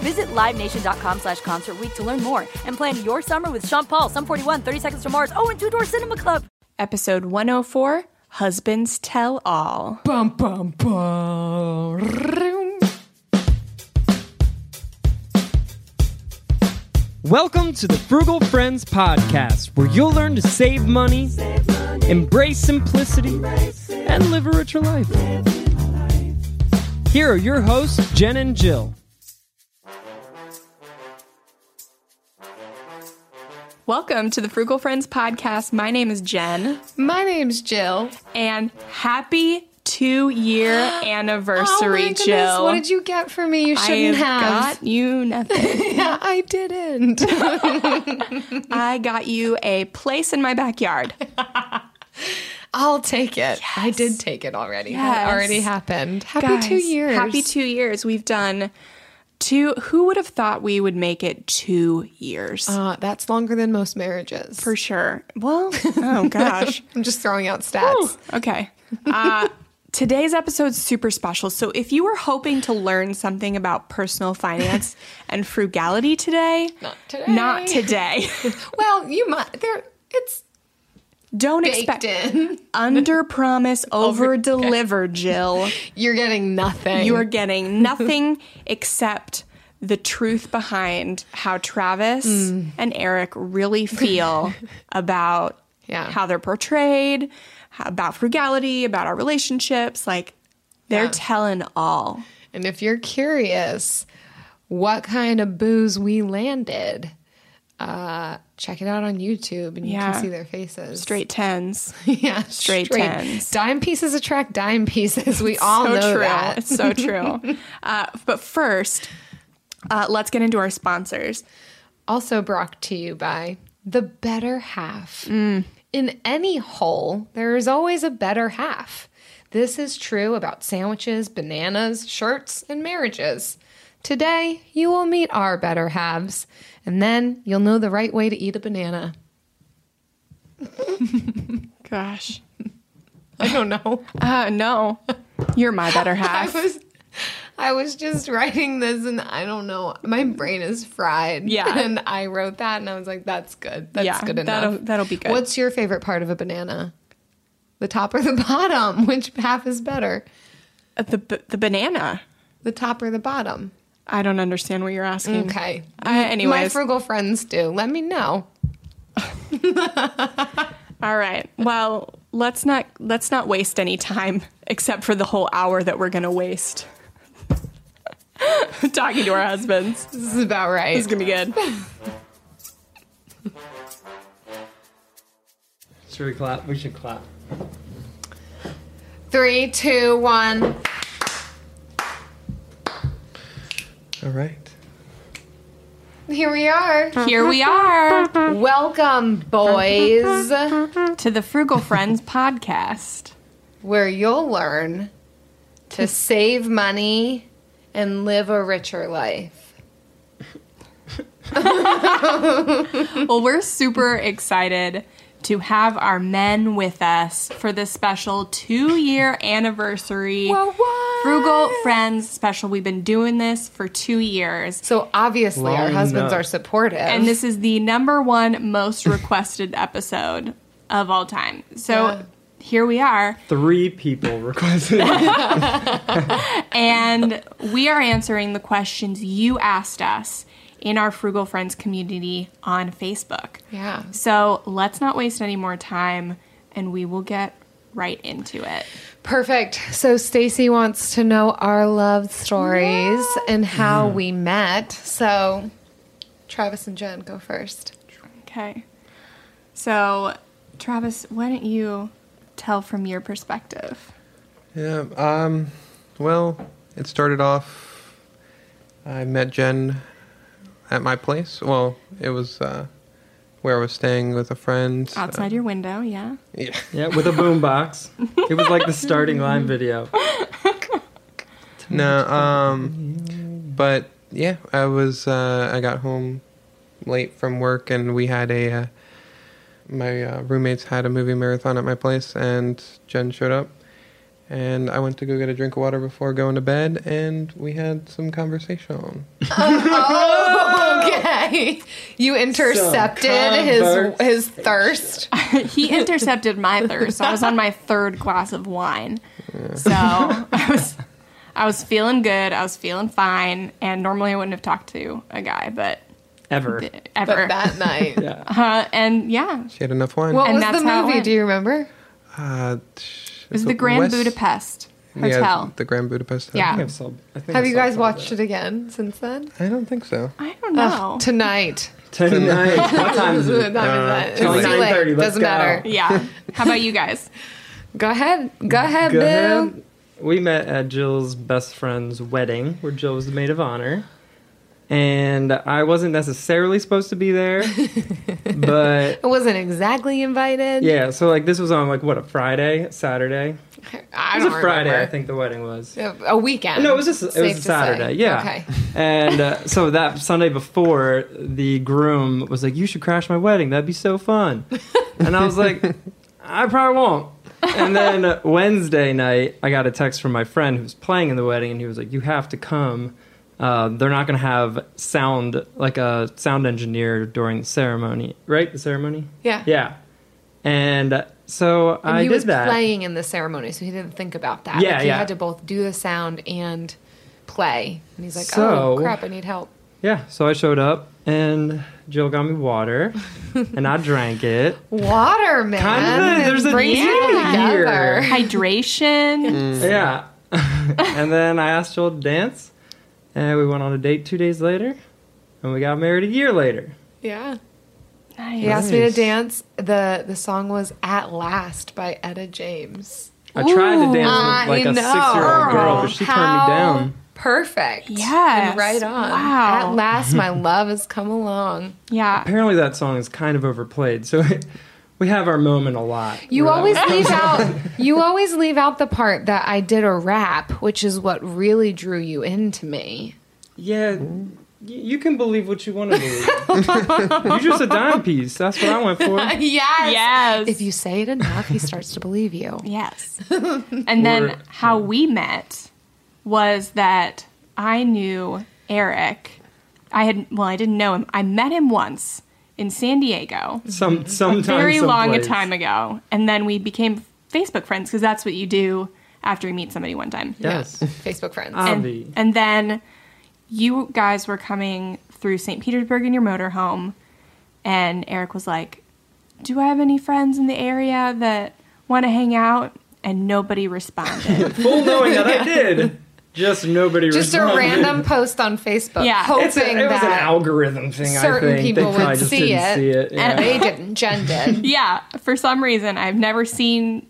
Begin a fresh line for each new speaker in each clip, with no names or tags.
Visit LiveNation.com slash Concert Week to learn more and plan your summer with Sean Paul, Sum 41, 30 Seconds to Mars, oh, and Two Door Cinema Club.
Episode 104 Husbands Tell All.
Bum, bum, bum.
Welcome to the Frugal Friends Podcast, where you'll learn to save money, embrace simplicity, and live a richer life. Here are your hosts, Jen and Jill.
Welcome to the Frugal Friends podcast. My name is Jen,
My name's Jill. Oh
and happy two year anniversary,
goodness,
Jill.
What did you get for me? You
I
shouldn't have.
got you nothing.
yeah, I didn't.
I got you a place in my backyard.
I'll take it. I did take it already.
Yes.
That already happened. Happy
Guys,
two years.
Happy two years. We've done two. Who would have thought we would make it two years?
Uh, that's longer than most marriages.
For sure. Well, oh gosh.
I'm just throwing out stats.
Okay. Uh, today's episode's super special. So if you were hoping to learn something about personal finance and frugality today,
Not today.
Not today.
Well, you might. There, it's
Don't
baked
expect
in.
under promise, over deliver, Jill.
You're getting nothing.
You are getting nothing except the truth behind how Travis
Mm.
and Eric really feel about
Yeah.
how they're portrayed, how, about frugality, about our relationships. Like they're
Yeah.
telling all.
And if you're curious what kind of booze we landed, uh, check it out on YouTube and you
Yeah.
can see their faces.
Straight tens.
yeah,
straight tens.
Dime pieces attract dime pieces. We all
so
know
true.
that.
It's so true. uh, but first, uh, let's get into our sponsors.
Also brought to you by the better half. In any whole, there is always a better half. This is true about sandwiches, bananas, shirts, and marriages. Today, you will meet our better halves, and then you'll know the right way to eat a banana.
Gosh.
I don't know.
Uh, no. You're my better
I
half.
was I was just writing this and I don't know. My brain is fried.
Yeah.
And I wrote that and I was like, that's good. That's
Yeah,
good enough.
that'll- that'll be good.
What's your favorite part of a banana? The top or the bottom? Which half is better?
Uh, the, b- the banana.
The top or the bottom?
I don't understand what you're asking.
Okay.
Uh,
My
anyways,
frugal friends do. Let me know.
all right. Well, let's not let's not waste any time except for the whole hour that we're gonna waste talking to our husbands. This
This is about right.
is gonna be good.
Should we clap? We should clap.
Three, two, one.
All right.
Here we are.
Here we are
Welcome, boys,
to the Frugal Friends podcast.
where you'll learn to save money and live a richer life.
Well, we're super excited to have our men with us for this special two year anniversary. Frugal Friends special. We've been doing this for two years.
So obviously, our
Long
husbands
enough.
are supportive.
And this is the number one most requested episode of all time. So
Yeah.
here we are.
Three people requested. Uh,
And we are answering the questions you asked us in our Frugal Friends community on Facebook.
yeah,
So let's not waste any more time. and we will get right into it.
Perfect. So Stacy wants to know our love stories and how
Mm-hmm.
we met. So Travis and Jen go first.
Okay. So, Travis, why don't you tell from your perspective?
Yeah. Um. Well, it started off. I met Jen at my place. Well, it was uh, where I was staying with a friend.
Outside your window, yeah.
Yeah.
Yeah, with a boombox. it was like the starting line video.
No. Um. But yeah, I was. Uh, I got home late from work, and we had a. Uh, my uh, roommates had a movie marathon at my place, and Jen showed up, and I went to go get a drink of water before going to bed, and we had some conversation.
Okay. You intercepted his
conversation.
his thirst.
He intercepted my thirst. So I was on my third glass of wine. So, I was I was feeling good. I was feeling fine, and normally I wouldn't have talked to a guy, but
Ever.
ever.
But that night.
Uh, and yeah,
She had enough wine.
What
And
was
that's
the
how it
movie?
went.
Do you remember?
Uh,
it was the Grand Budapest Hotel.
the Grand Budapest Hotel.
Yeah.
I think I've saw- I think
Have
I
you
saw
guys
part of
watched it again since then?
I don't think so.
I don't know.
Ugh, tonight.
that. Tonight. what time is
Not
it?
even that. It's
till
too
9:30,
late.
let's
Doesn't
go.
matter.
yeah. How about you guys?
Go ahead. Go ahead,
Go
Boo.
ahead. We met at Jill's best friend's wedding, where Jill was the maid of honor. And I wasn't necessarily supposed to be there, but
I wasn't exactly invited.
yeah. So like this was on like what a Friday, Saturday.
I
It was
don't
a Friday,
remember.
I think the wedding was.
A weekend.
No, it was just it
Safe
was
to
a
say.
Saturday. Yeah.
Okay.
And uh, so that Sunday before, the groom was like, "You should crash my wedding. That'd be so fun." And I was like, "I probably won't." And then Wednesday night, I got a text from my friend who was playing in the wedding, and he was like, "You have to come. Uh, they're not going to have sound like a sound engineer during the ceremony, right? The ceremony.
Yeah.
Yeah." And so
And
I
he
did
was
that.
playing in the ceremony, so he didn't think about that.
Yeah,
like, he
yeah.
had to both do the sound and play. And he's like,
So-
oh, crap, I need help.
Yeah, so I showed up and Jill got me water and I drank it.
Water, man.
Kind of, a- there's a
brings
theme
you together.
here.
Hydration.
Yeah. and then I asked Jill to dance and we went on a date two days later and we got married a year later.
Yeah.
Nice.
He asked me to
Nice.
dance. The the song was At Last by Etta James.
I tried to dance
I
with like a
know.
six year old girl, but she
How
turned me down.
Perfect.
Yes.
And right on.
Wow.
At last my love has come along.
Yeah.
Apparently, that song is kind of overplayed, so we have our moment a lot.
You
where that
always
one
leave
comes up.
out you always leave out the part that I did a rap, which is what really drew you into me.
Yeah, y- you can believe what you want to believe. You're just a dime piece. That's what I went for.
Yes.
Yes.
If you say it enough, he starts to believe you.
Yes. And then
Or-
how we met was that I knew Eric. I had well, I didn't know him. I met him once in San Diego,
Some sometime
very long a
someplace.
time ago, and then we became Facebook friends because that's what you do after you meet somebody one time.
Yes.
Facebook friends.
Avi.
And, and then you guys were coming through St. Petersburg in your motorhome, and Eric was like, Do I have any friends in the area that want to hang out? And nobody responded.
Full knowing that I did. Just nobody
Just a
responded.
random post on Facebook
Yeah.
hoping
It's a, it was an
that
algorithm thing.
certain
I think.
people
they probably
would
just
see
didn't
it.
see it.
and
yeah.
they didn't. Jen did.
yeah, for some reason, I've never seen.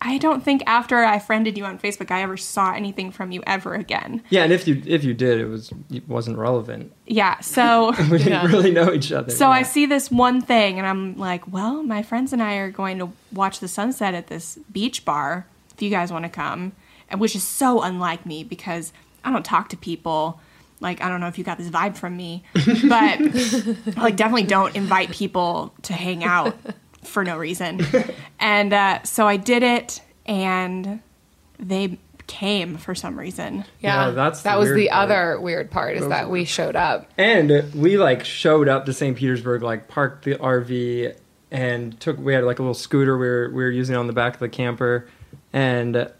I don't think after I friended you on Facebook, I ever saw anything from you ever again.
Yeah, and if you if you did, it was it wasn't relevant.
Yeah, so.
We didn't really know each other.
So
yeah.
I see this one thing, and I'm like, well, my friends and I are going to watch the sunset at this beach bar if you guys want to come, and which is so unlike me because I don't talk to people. Like, I don't know if you got this vibe from me, but like, definitely don't invite people to hang out for no reason. And uh, so I did it, and they came for some reason.
Yeah,
Yeah, that's
that
the
was
weird
the
part.
other weird part is that we showed up.
and we like showed up to St. Petersburg, like parked the RV and took. We had like a little scooter we were we were using on the back of the camper, and
Mm-hmm.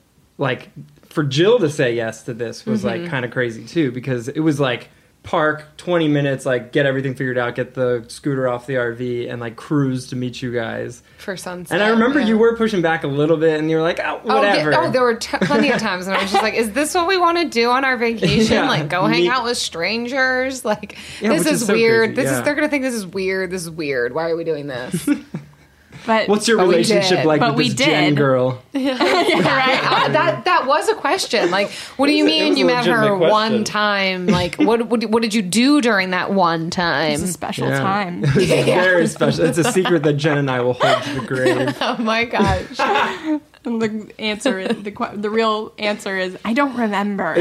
like for Jill to say yes to this was like kind of crazy too because it was like park 20 minutes, like get everything figured out, get the scooter off the RV, and like cruise to meet you guys.
for sunset.
And I remember
yeah.
you were pushing back a little bit, and you were like, "Oh,
Oh, yeah.
whatever."
oh, there were t- plenty of times when I was just like, "Is this what we want to do on our vacation?
Yeah.
like, go hang
Me-
out with strangers? Like,
Yeah,
this
which
is,
is so
weird.
crazy,
This
yeah.
is they're gonna think this is weird. This is weird. Why are we doing this? Uh,
But
What's your
But we
relationship
did.
like
But
with
we
this Gen
did.
girl?
Uh, that that was a question. Like, what do you
was- it
mean
was
you
a
met her
legitimate question.
one time? Like, what what what did you do during that one time?
It's a special
Yeah.
time.
It's very special. It's a secret that Jen and I will hold to the grave.
Oh my gosh!
And the answer, is- the que- the real answer is I don't remember.
I,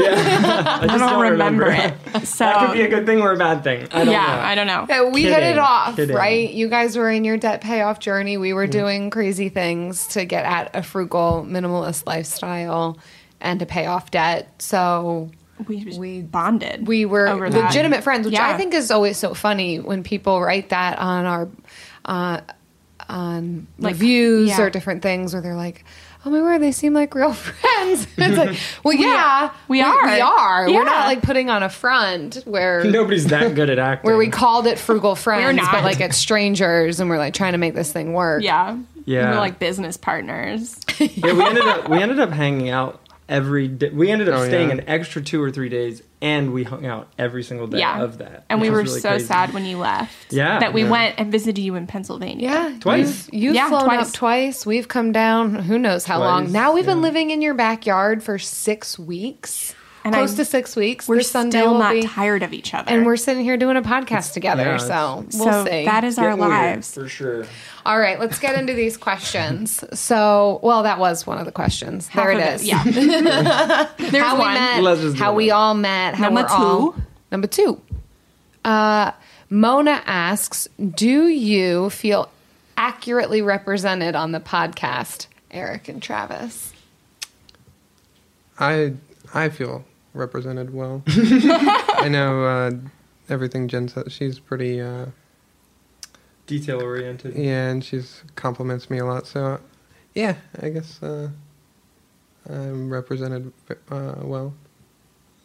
just
I don't, remember, it. So
That could be a good thing or a bad thing. I don't
yeah,
know.
I don't know.
Uh, we hit
Kidding,
it off,
kidding.
right? You guys were in your debt payoff journey. We
Mm.
were doing crazy things to get at a frugal, minimalist lifestyle and to pay off debt. So
We, just
We-
bonded.
we were
over that.
legitimate friends, which
Yeah.
I think is always so funny when people write that on our uh, on
Like,
reviews
yeah.
or different things where they're like. Oh my word! They seem like real friends. it's like, well, yeah,
we are.
We are. We're
Yeah.
not like putting on a front where
Nobody's that good at acting.
where we called it frugal friends,
not.
but like it's strangers, and we're like trying to make this thing work.
Yeah.
Yeah.
We were like business partners.
yeah, we ended up we ended up hanging out every day. We ended up
Oh,
staying
yeah.
an extra two or three days, and we hung out every single day
yeah.
of that.
And we
which
were
was really
so
crazy.
sad when you left.
Yeah.
That we
Yeah.
went and visited you in Pennsylvania.
yeah,
Twice.
You've, you've
Yeah,
flown
twice.
up twice. We've come down. Who knows how
Twice,
long? Now we've been
yeah.
living in your backyard for six weeks,
And
close
I'm-
to six weeks.
We're
This Sunday
still
will
not
be-
tired of each other.
and we're sitting here doing a podcast together.
Yeah,
so
it's-
we'll
so
see.
that is our
Getting weird,
lives.
for sure.
All right, let's get into these questions. So, well, that was one of the questions.
Half
there
of
it is.
Yeah. There's
how
one.
we met,
Let's just do
how
it.
we all met, how
Number
we're all-
two.
Number two. Uh, Mona asks, "Do you feel accurately represented on the podcast, Eric and Travis?"
I I feel represented well. I know uh, everything Jen said. She's pretty, uh,
Detail oriented.
yeah, and she's compliments me a lot. So, yeah, I guess uh, I'm represented uh, well.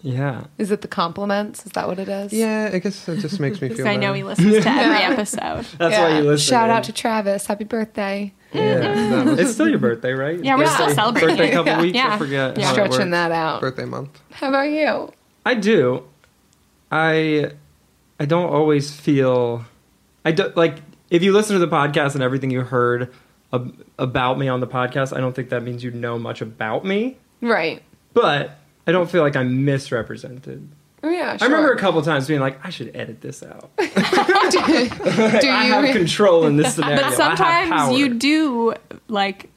Yeah.
Is it the compliments? Is that what it is?
Yeah, I guess it just makes me feel.
Because I know
better.
he listens to every episode.
That's why
Yeah.
you listen.
Shout out to
man.
Travis. Happy birthday.
yeah. that was- it's still your birthday, right?
Yeah, we're still
Birthday-
celebrating
Birthday
it.
couple
Yeah.
weeks. I
Yeah.
forget.
Yeah.
how
Stretching
works.
that out.
birthday month.
How about you?
I do. I I don't always feel I don't like if you listen to the podcast and everything you heard ab- about me on the podcast, I don't think that means you know much about me,
Right.
but I don't feel like I'm misrepresented.
Yeah. Uh, Sure.
I remember a couple times being like, I should edit this out.
do, do
I have
you?
control in this scenario.
But
I have power.
sometimes you do like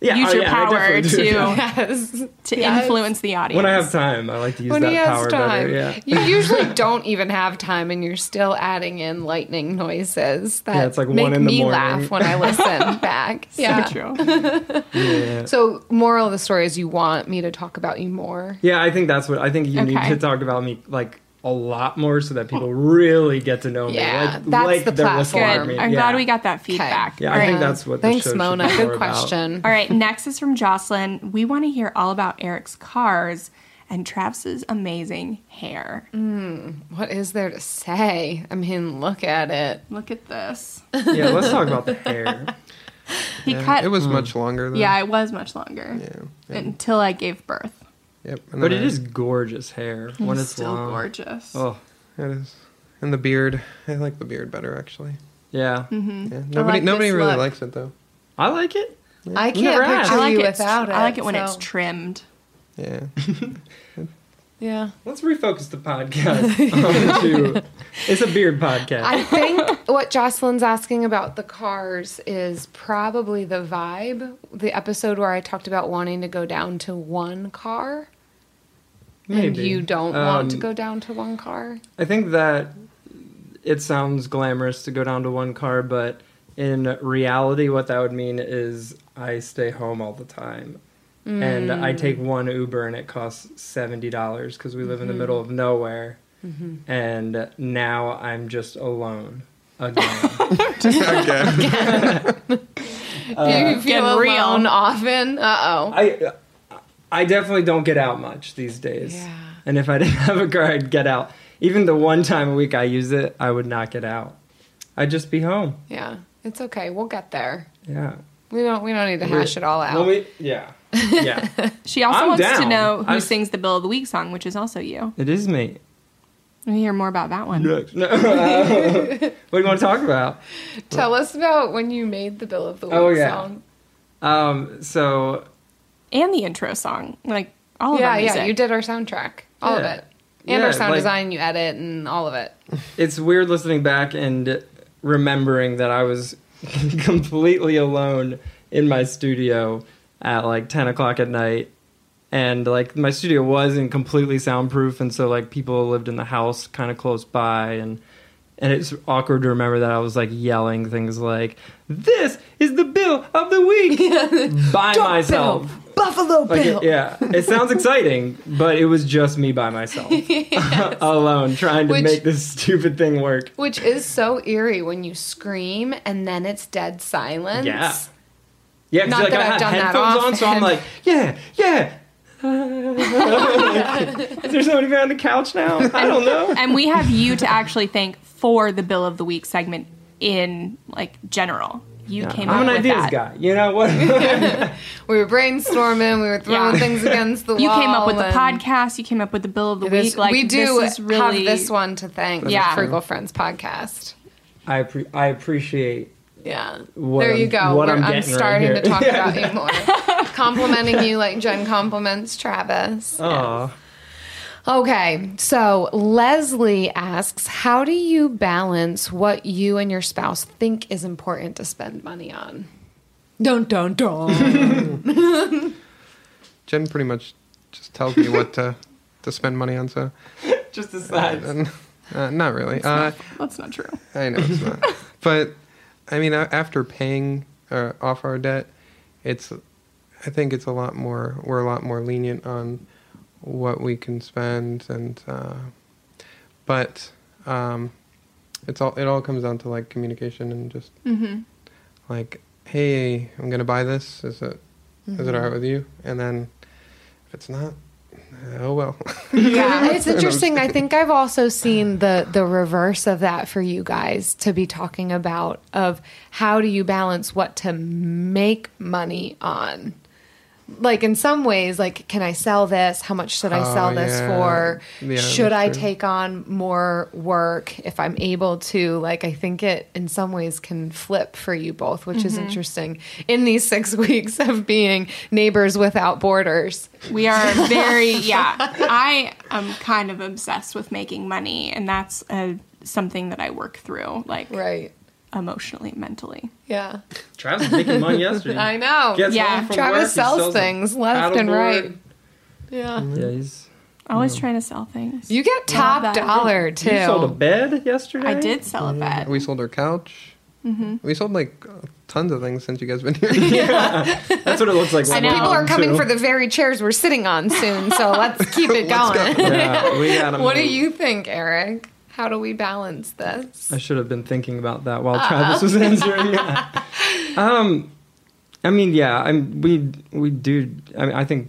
Yeah,
use
oh,
your
yeah, I
power
definitely do.
to
Yes.
to
Yes.
influence the audience.
When I have time, I like to use
when
that
he has
power
time.
better. Yeah.
You usually don't even have time, and you're still adding in lightning noises that
Yeah, it's like
make
one in the
me
morning.
laugh when I listen back. Yeah.
So true.
yeah.
So, moral of the story is you want me to talk about you more.
Yeah, I think that's what I think you need
Okay.
to talk about me like a lot more so that people really get to know me.
Yeah,
like,
that's
like
the
they're listening to
platform.
me.
Good. I'm
yeah.
glad we got that feedback.
Yeah,
All
I
right.
think that's what. This show
Thanks,
should be
Mona.
more
Good
about.
question.
All right, next is from Jocelyn. We want to hear all about Eric's cars and Travis's amazing hair.
Hmm, What is there to say? I mean, look at it.
Look at this.
Yeah, let's talk about the hair. Hmm.
He
Yeah,
cut. Hmm.
It was much longer. Though.
Yeah, it was much longer until I gave birth.
Yep. and
But
then
it
I-
is gorgeous hair when it's
Still
long.
gorgeous.
Oh,
It is. And the beard. I like the beard better actually.
yeah,
Yeah. Nobody
Mm-hmm. like
nobody
this
really
look.
likes it though.
I like it.
I can't
Never had.
picture
I like
you
it.
without it.
I like it when it's
so-
trimmed.
Yeah.
Yeah.
Let's refocus the podcast onto. It's a beard podcast.
I think what Jocelyn's asking about the cars is probably the vibe. The episode where I talked about wanting to go down to one car. And
Maybe.
you don't want to
Um,
go down to one car.
I think that it sounds glamorous to go down to one car, but in reality, what that would mean is I stay home all the time. And
Mm.
I take one Uber and it costs $70 because we live in the
Mm-hmm.
middle of nowhere. And now I'm just alone again. Uh,
Again.
Do you feel
Getting real.
alone often? Uh oh.
I I definitely don't get out much these days.
Yeah.
And if I didn't have a car, I'd get out. even the one time a week I use it, I would not get out. I'd just be home.
Yeah, it's okay. We'll get there.
Yeah.
We don't. We don't need to hash it all out.
Let me- yeah. Yeah.
She also
I'm
wants to
down.
know who
I'm-
sings the Bill of the Week song, which is also you.
it is me.
We hear more about that one.
No, uh, what do you want to talk about?
Tell us about when you made the bill of the week
Oh, yeah.
song.
Um, so
And the intro song. Like all of
yeah,
our music.
yeah. You did our soundtrack, all
Yeah.
of it, and our
Yeah,
sound
like-
design. You edit and all of it.
it's weird listening back and remembering that I was completely alone in my studio at like 10 o'clock at night. And like my studio wasn't completely soundproof, and so like people lived in the house kind of close by, and and it's awkward to remember that I was like yelling things like, "This is the bill of the week" by myself.
Buffalo
Like, it- yeah, it sounds exciting, but it was just me by myself, alone, trying to
Which-
make this stupid thing work.
Which is so eerie when you scream and then it's dead silence.
Yeah. Yeah, 'cause,
Not
like
that
I
I've
had
done that
headphones on, so I'm
often.
like, yeah, yeah. There's nobody on the couch now. I don't know.
and we have you to actually thank for the Bill of the Week segment in like general. You came up
I'm an
with
ideas
that.
guy. You know what?
We were brainstorming. We were throwing
Yeah.
things against the
You
wall.
came up with the
and
podcast. You came up with the Bill of the
this-
Week. Like
we do
this is really
have this one to thank.
Yeah.
Yeah, Frugal Friends podcast.
I appre I appreciate.
Yeah.
What
there
I'm-
you go.
what
We're-
I'm
I'm,
getting right
starting
here.
to talk about you more. Complimenting you like Jen compliments Travis.
Oh,
Okay. So Leslie asks, how do you balance what you and your spouse think is important to spend money on? Dun dun dun.
Jen pretty much just tells me what to to spend money on. So,
just the size.
and, uh, not really. Uh,
That's not true.
I know it's not, but I mean, a- after paying uh, off our debt, it's I think it's a lot more. We're a lot more lenient on what we can spend, and uh, but um, it's all it all comes down to like communication and just like, hey, I'm gonna buy this. Is it is it alright with you? And then if it's not, oh well.
Yeah, it's interesting. I think I've also seen the the reverse of that for you guys to be talking about of how do you balance what to make money on. Like in some ways, like can I sell this? How much should I sell
Oh,
this
yeah.
for?
Yeah,
should
that's
I
true.
take on more work if I'm able to? Like I think it in some ways can flip for you both, which is
Mm-hmm.
interesting in these six weeks of being neighbors without borders.
We are very yeah. I am kind of obsessed with making money, and that's uh something that I work through, like
Right.
emotionally, mentally.
Yeah.
Travis was making money yesterday.
I know.
Gets
Yeah.
home from
Travis
work, he
sells
a
things left and
paddleboard.
right. Yeah.
Yeah, he's.
Always trying to sell things.
You get top
that.
dollar too.
You sold a bed yesterday.
I did sell a bed.
Mm, We sold our couch. Mm-hmm. We sold like tons of things since you guys been here.
That's what it looks like. when
know.
we're
People are
home,
coming
too.
for the very chairs we're sitting on soon, so let's keep it going.
Yeah, we got him.
What do you think, Eric? How do we balance this?
I should have been thinking about that while Travis was answering. Yeah. um, I mean, yeah, I'm. We we do. I mean, I think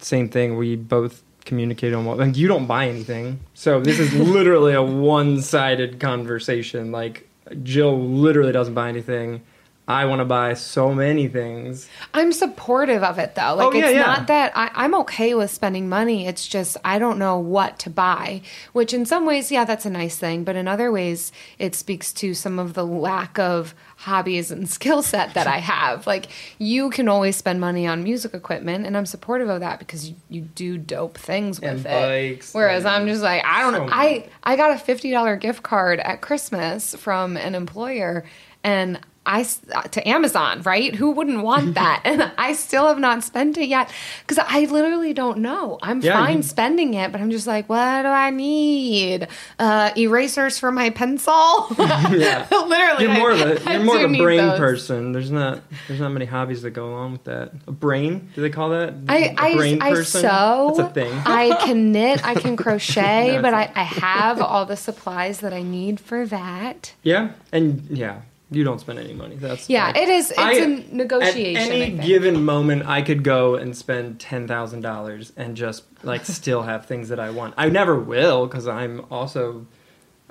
same thing. We both communicate on what. Like, you don't buy anything, so this is literally a one-sided conversation. Like, Jill literally doesn't buy anything. I want to buy so many things.
I'm supportive of it though. Like
Oh, yeah,
it's
yeah.
not that I, I'm okay with spending money. It's just I don't know what to buy. Which in some ways, yeah, that's a nice thing, but in other ways, it speaks to some of the lack of hobbies and skill set that I have. Like you can always spend money on music equipment, and I'm supportive of that because you, you do dope things with
And
it.
bikes
Whereas
and-
I'm just like I don't
So
know. I I got a fifty dollar gift card at Christmas from an employer, and I s- uh, to Amazon, right? Who wouldn't want that? and I still have not spent it yet because I literally don't know. I'm
Yeah,
fine
you-
spending it, but I'm just like, what do I need? Uh, erasers for my pencil.
Yeah.
literally,
You're
I-
more of a
I
you're more
do
of a
need
brain
those.
person. There's not there's not many hobbies that go along with that. A brain? Do they call that?
I,
A
I,
brain
I
person?
sew.
That's a thing.
I can knit. I can crochet,
No,
but
it's
I, I have all the supplies that I need for that.
Yeah, and yeah, You don't spend any money. That's the
Yeah,
thing.
it is. It's
I-
a negotiation.
At any
I think.
given moment, I could go and spend ten thousand dollars and just like still have things that I want. I never will because I'm also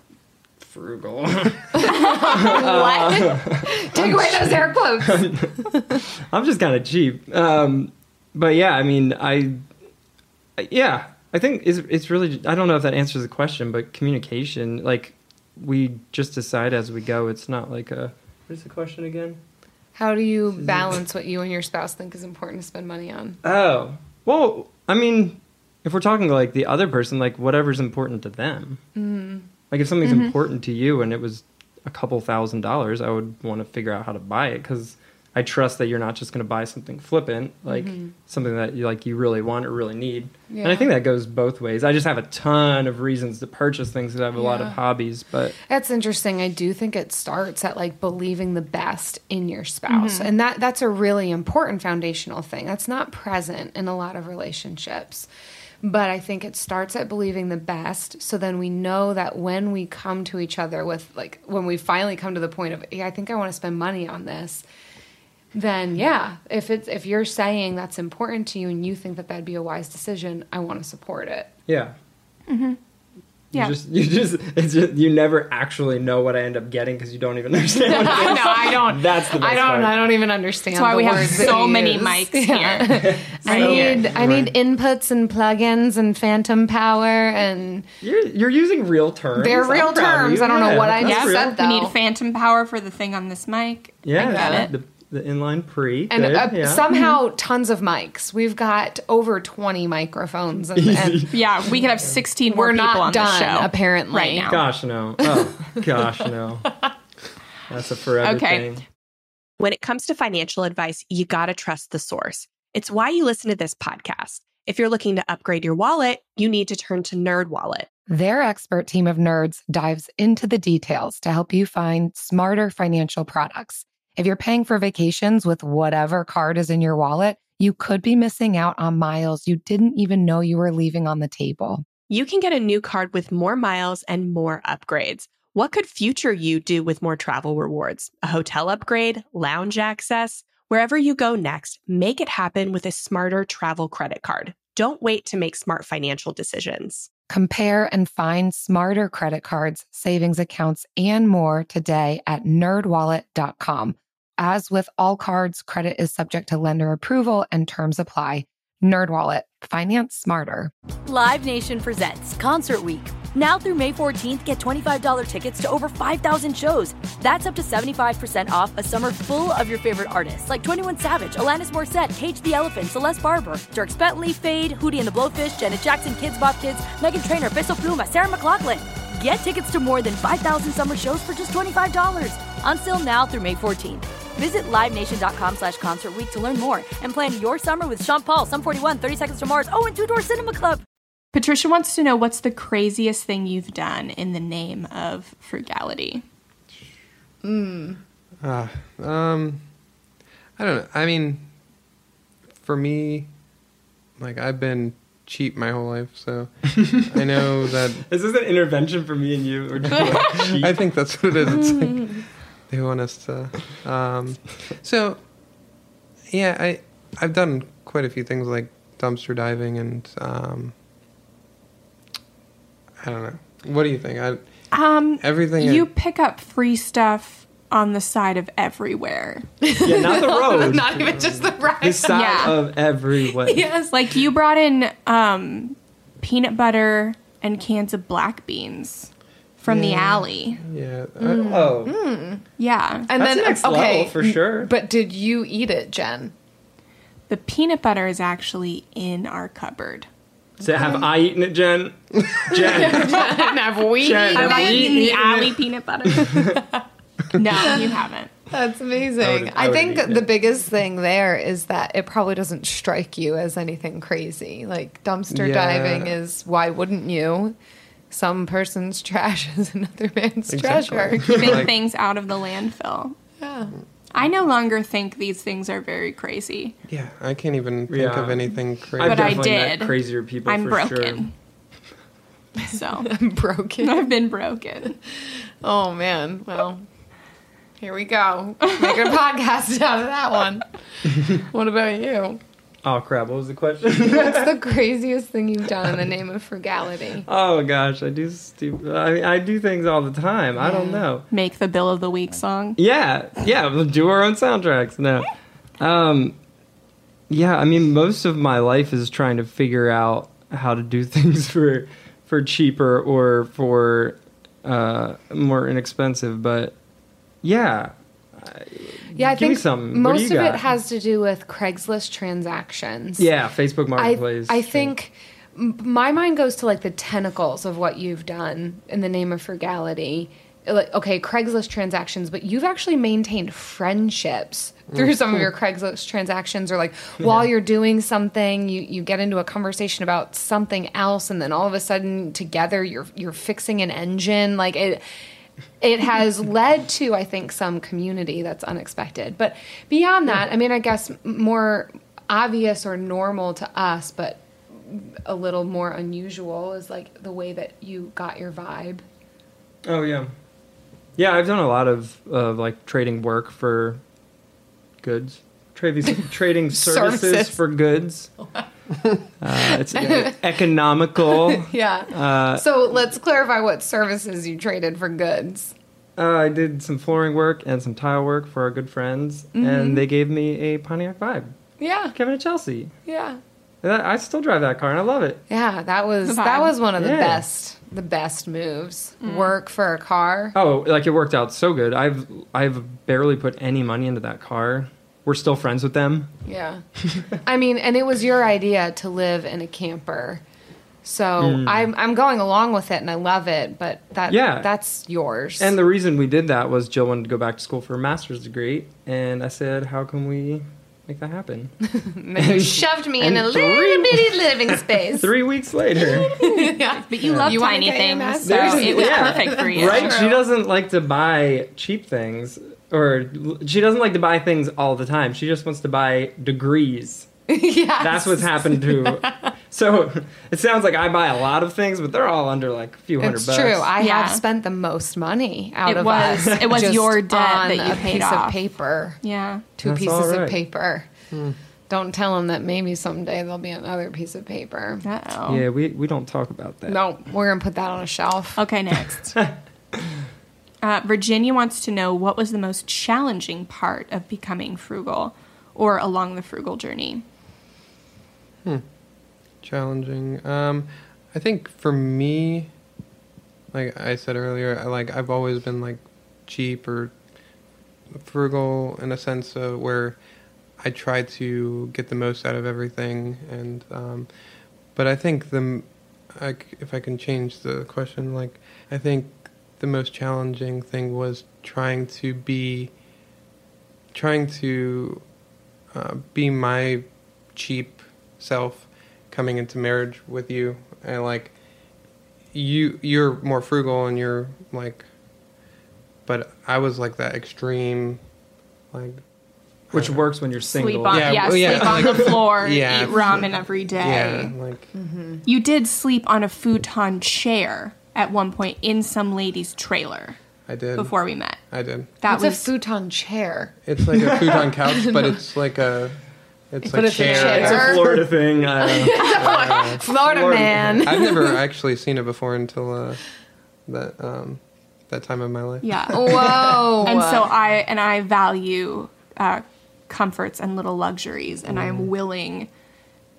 frugal. Uh,
Take away those air quotes.
I'm just kind of cheap. Um, but yeah, I mean, I I- yeah, I think it's it's really I don't know if that answers the question, but communication like we just decide as we go. It's not like a what is the question again?
How do you balance what you and your spouse think is important to spend money on?
Oh, well, I mean, if we're talking like the other person, like whatever's important to them.
Hmm.
Like if
Mm-hmm.
something's important to you and it was a couple thousand dollars, I would want to figure out how to buy it because I trust that you're not just going to buy something flippant, like something that you like you really want or really need. And I
Mm-hmm. Yeah.
think that goes both ways. I just have a ton of reasons to purchase things because I have a lot of
Yeah.
hobbies, but
That's interesting. I do think it starts at like believing the best in your spouse. And that that's a really important foundational thing. That's not present in a lot of relationships. But I think it starts at believing the best. So then we know that when we come to each other with like when we finally come to the point of, yeah, I think I want to spend money on this, then yeah, if it's if you're saying that's important to you and you think that that'd be a wise decision, I want to support it.
yeah.
Yeah.
You just, you just, it's just, you never actually know what I end up getting because you don't even understand what
I know, I don't.
That's the best
I don't
part.
I don't even understand.
That's why
the
we have
words that
so
you
many
use.
mics
Yeah.
here.
I
Right
need
here.
I need
Right.
inputs and plugins and phantom power and
You're, you're using real terms.
They're
I'm
real
proud of
terms.
you.
I don't know
Yeah,
what I
that's
just
real.
said,
We
though.
need phantom power for the thing on this mic.
Yeah,
I got it.
The, the inline pre.
and
good,
uh,
yeah.
somehow tons of mics. We've got over twenty microphones and, and
Yeah, we could have 16 more
We're
people
not
on the
done,
show.
apparently.
Right now.
Gosh no. Oh gosh no. That's a forever
Okay.
thing.
When it comes to financial advice, you got to trust the source. It's why you listen to this podcast. If you're looking to upgrade your wallet, you need to turn to Nerd Wallet.
their expert team of nerds dives into the details to help you find smarter financial products. If you're paying for vacations with whatever card is in your wallet, you could be missing out on miles you didn't even know you were leaving on the table.
You can get a new card with more miles and more upgrades. What could future you do with more travel rewards? A hotel upgrade, lounge access? Wherever you go next, make it happen with a smarter travel credit card. Don't wait to make smart financial decisions.
Compare and find smarter credit cards, savings accounts, and more today at nerdwallet.com. As with all cards, credit is subject to lender approval and terms apply. Nerdwallet, finance smarter.
Live Nation presents Concert Week. Now through May 14th, get $25 tickets to over 5,000 shows. That's up to 75% off a summer full of your favorite artists like 21 Savage, Alanis Morissette, Cage the Elephant, Celeste Barber, Dirk Bentley, Fade, Hootie and the Blowfish, Janet Jackson, Kids Bop Kids, Megan Trainor, Bissell Pluma, Sarah McLaughlin. Get tickets to more than 5,000 summer shows for just $25. Until now through May 14th. Visit LiveNation.com slash Concert Week to learn more and plan your summer with Sean Paul, Sum 41, 30 Seconds to Mars, oh, and Two Door Cinema Club.
Patricia wants to know what's the craziest thing you've done in the name of frugality.
Hmm.
Uh, um, I don't know. I mean, for me, like I've been cheap my whole life, so I know that.
Is this an intervention for me and you? Or just like cheat?
I think that's what it is. It's like they want us to. Um, so, yeah, I I've done quite a few things like dumpster diving and um, I don't know. What do you think? I
Um,
everything I-
you pick up free stuff on the side of everywhere.
yeah, not the road.
Not even just the
the
right.
side
Yeah.
of every way.
Yes. Like you brought in um, peanut butter and cans of black beans from the alley. Mm.
yeah. I-
Oh,
Yeah.
And
That's next level for sure.
But did you eat it, Jen?
The peanut butter is actually in our cupboard.
so have I eaten it, Jen? Jen,
and have we?
Jen, have I eaten
the
it?
alley peanut butter. no, you haven't.
That's
I
amazing.
would've- I
I,
would've
think
eaten
the
it.
biggest thing there is that it probably doesn't strike you as anything crazy. Like dumpster
Yeah.
diving is why wouldn't you? Some person's trash is another man's
Exactly.
treasure.
big
Like-
things out of the landfill.
Yeah.
I no longer think these things are very crazy.
Yeah, I can't even think
Yeah.
of anything crazy.
I've
But I
definitely met
did.
crazier people
I'm
for
broken. So
Broken.
I've been broken.
Oh man. Well, Here we go. Make a podcast out of that one. What about you?
Oh crap! What was the question?
What's the craziest thing you've done in the name of frugality?
oh gosh, I do stupid. I, I do things all the time. I don't know.
Make the bill of the week song.
Yeah, yeah, we'll do our own soundtracks now. Um, yeah, I mean, most of my life is trying to figure out how to do things for for cheaper or for uh, more inexpensive. But yeah,
Yeah, I
Give me
think
some. What do
most
you
of
got?
it has to do with Craigslist transactions.
yeah, Facebook
I,
Marketplace.
I think m- my mind goes to like the tentacles of what you've done in the name of frugality. Like, okay, Craigslist transactions, but you've actually maintained friendships through some of your Craigslist transactions, or like while you're doing something, you, you get into a conversation about something else, and then all of a sudden together you're you're fixing an engine. Like it, it has led to i think some community that's unexpected but beyond that i mean i guess m- more obvious or normal to us but a little more unusual is like the way that you got your vibe
Oh yeah, yeah. I've done a lot of of like trading work for goods, trading trading services,
Services.
for goods. Uh, it's uh, economical.
Oh.
yeah
Uh,
so let's clarify what services you traded for goods
uh, I did some flooring work and some tile work for our good friends,
Mm-hmm.
and they gave me a Pontiac Vibe,
yeah
Kevin and Chelsea.
yeah
And I I still drive that car and I love it.
yeah that was
The
that
vibe. Mm.
was one of the
Yeah.
best the best moves work for a car
Oh, like it worked out so good. I've I've barely put any money into that car. We're still friends with them.
Yeah. I mean, and it was your idea to live in a camper. So I'm I'm going along with it and I love it, but that
Mm. Yeah.
that's yours.
And the reason we did that was Jill wanted to go back to school for a master's degree, and I said, "How can we make that happen?"
And you shoved me in
and
a
three-
little bitty living space.
Three weeks later,
But you love
You wanna
tiny
get your
things,
mask
so
off.
it was
Yeah.
perfect for you.
right? She doesn't like to buy cheap things, or l- she doesn't like to buy things all the time. She just wants to buy degrees.
yeah.
That's what's happened to. so it sounds like I buy a lot of things, but they're all under like a few hundred
it's
bucks.
true. I
Yeah.
have spent the most money out
It
of
was-
us.
it was
just
your debt
on
that you
a
paid
piece
off.
of paper,
Yeah.
two
That's all
pieces
right.
of paper.
Hmm.
Don't tell them that maybe someday there'll be another piece of paper.
Uh-oh.
Yeah, we we don't talk about that.
Oh. No, we're gonna put that on a shelf.
Okay, next. uh, Virginia wants to know what was the most challenging part of becoming frugal or along the frugal journey.
Hmm. challenging. Um, I think for me, like I said earlier, I, like I've always been like cheap or frugal in a sense of where I try to get the most out of everything, and um, but I think the m- I c- if I can change the question, like I think the most challenging thing was trying to be trying to uh, be my cheap self coming into marriage with you and like you you're more frugal and you're like but i was like that extreme like uh,
Which works when you're single.
Sleep on,
Yeah,
yeah,
well, yeah,
sleep on
like-
the floor,
yeah.
eat ramen every
yeah
day.
like
You did sleep on a futon chair at one point in some lady's trailer
i did
before we met.
i did
That
It's a
was
futon chair.
it's like a futon couch but it's like a it's like
it's a
chair
It's a
chair.
Florida thing. I don't know.
Florida,
Florida.
man.
uh, i've never actually seen it before until uh that um that time of my life
yeah.
Whoa.
and so I and I value uh, comforts and little luxuries, and I
Mm.
am willing,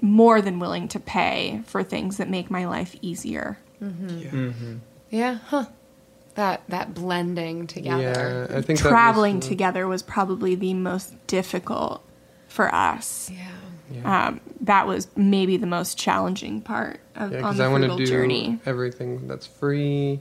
more than willing, to pay for things that make my life easier.
Yeah, huh. That that blending together.
yeah i think that was-
Traveling together was probably the most difficult for us.
Yeah.
Um, that was maybe the most challenging part of
Yeah,
on
because
the
I want to
frugal
do
journey.
everything that's free,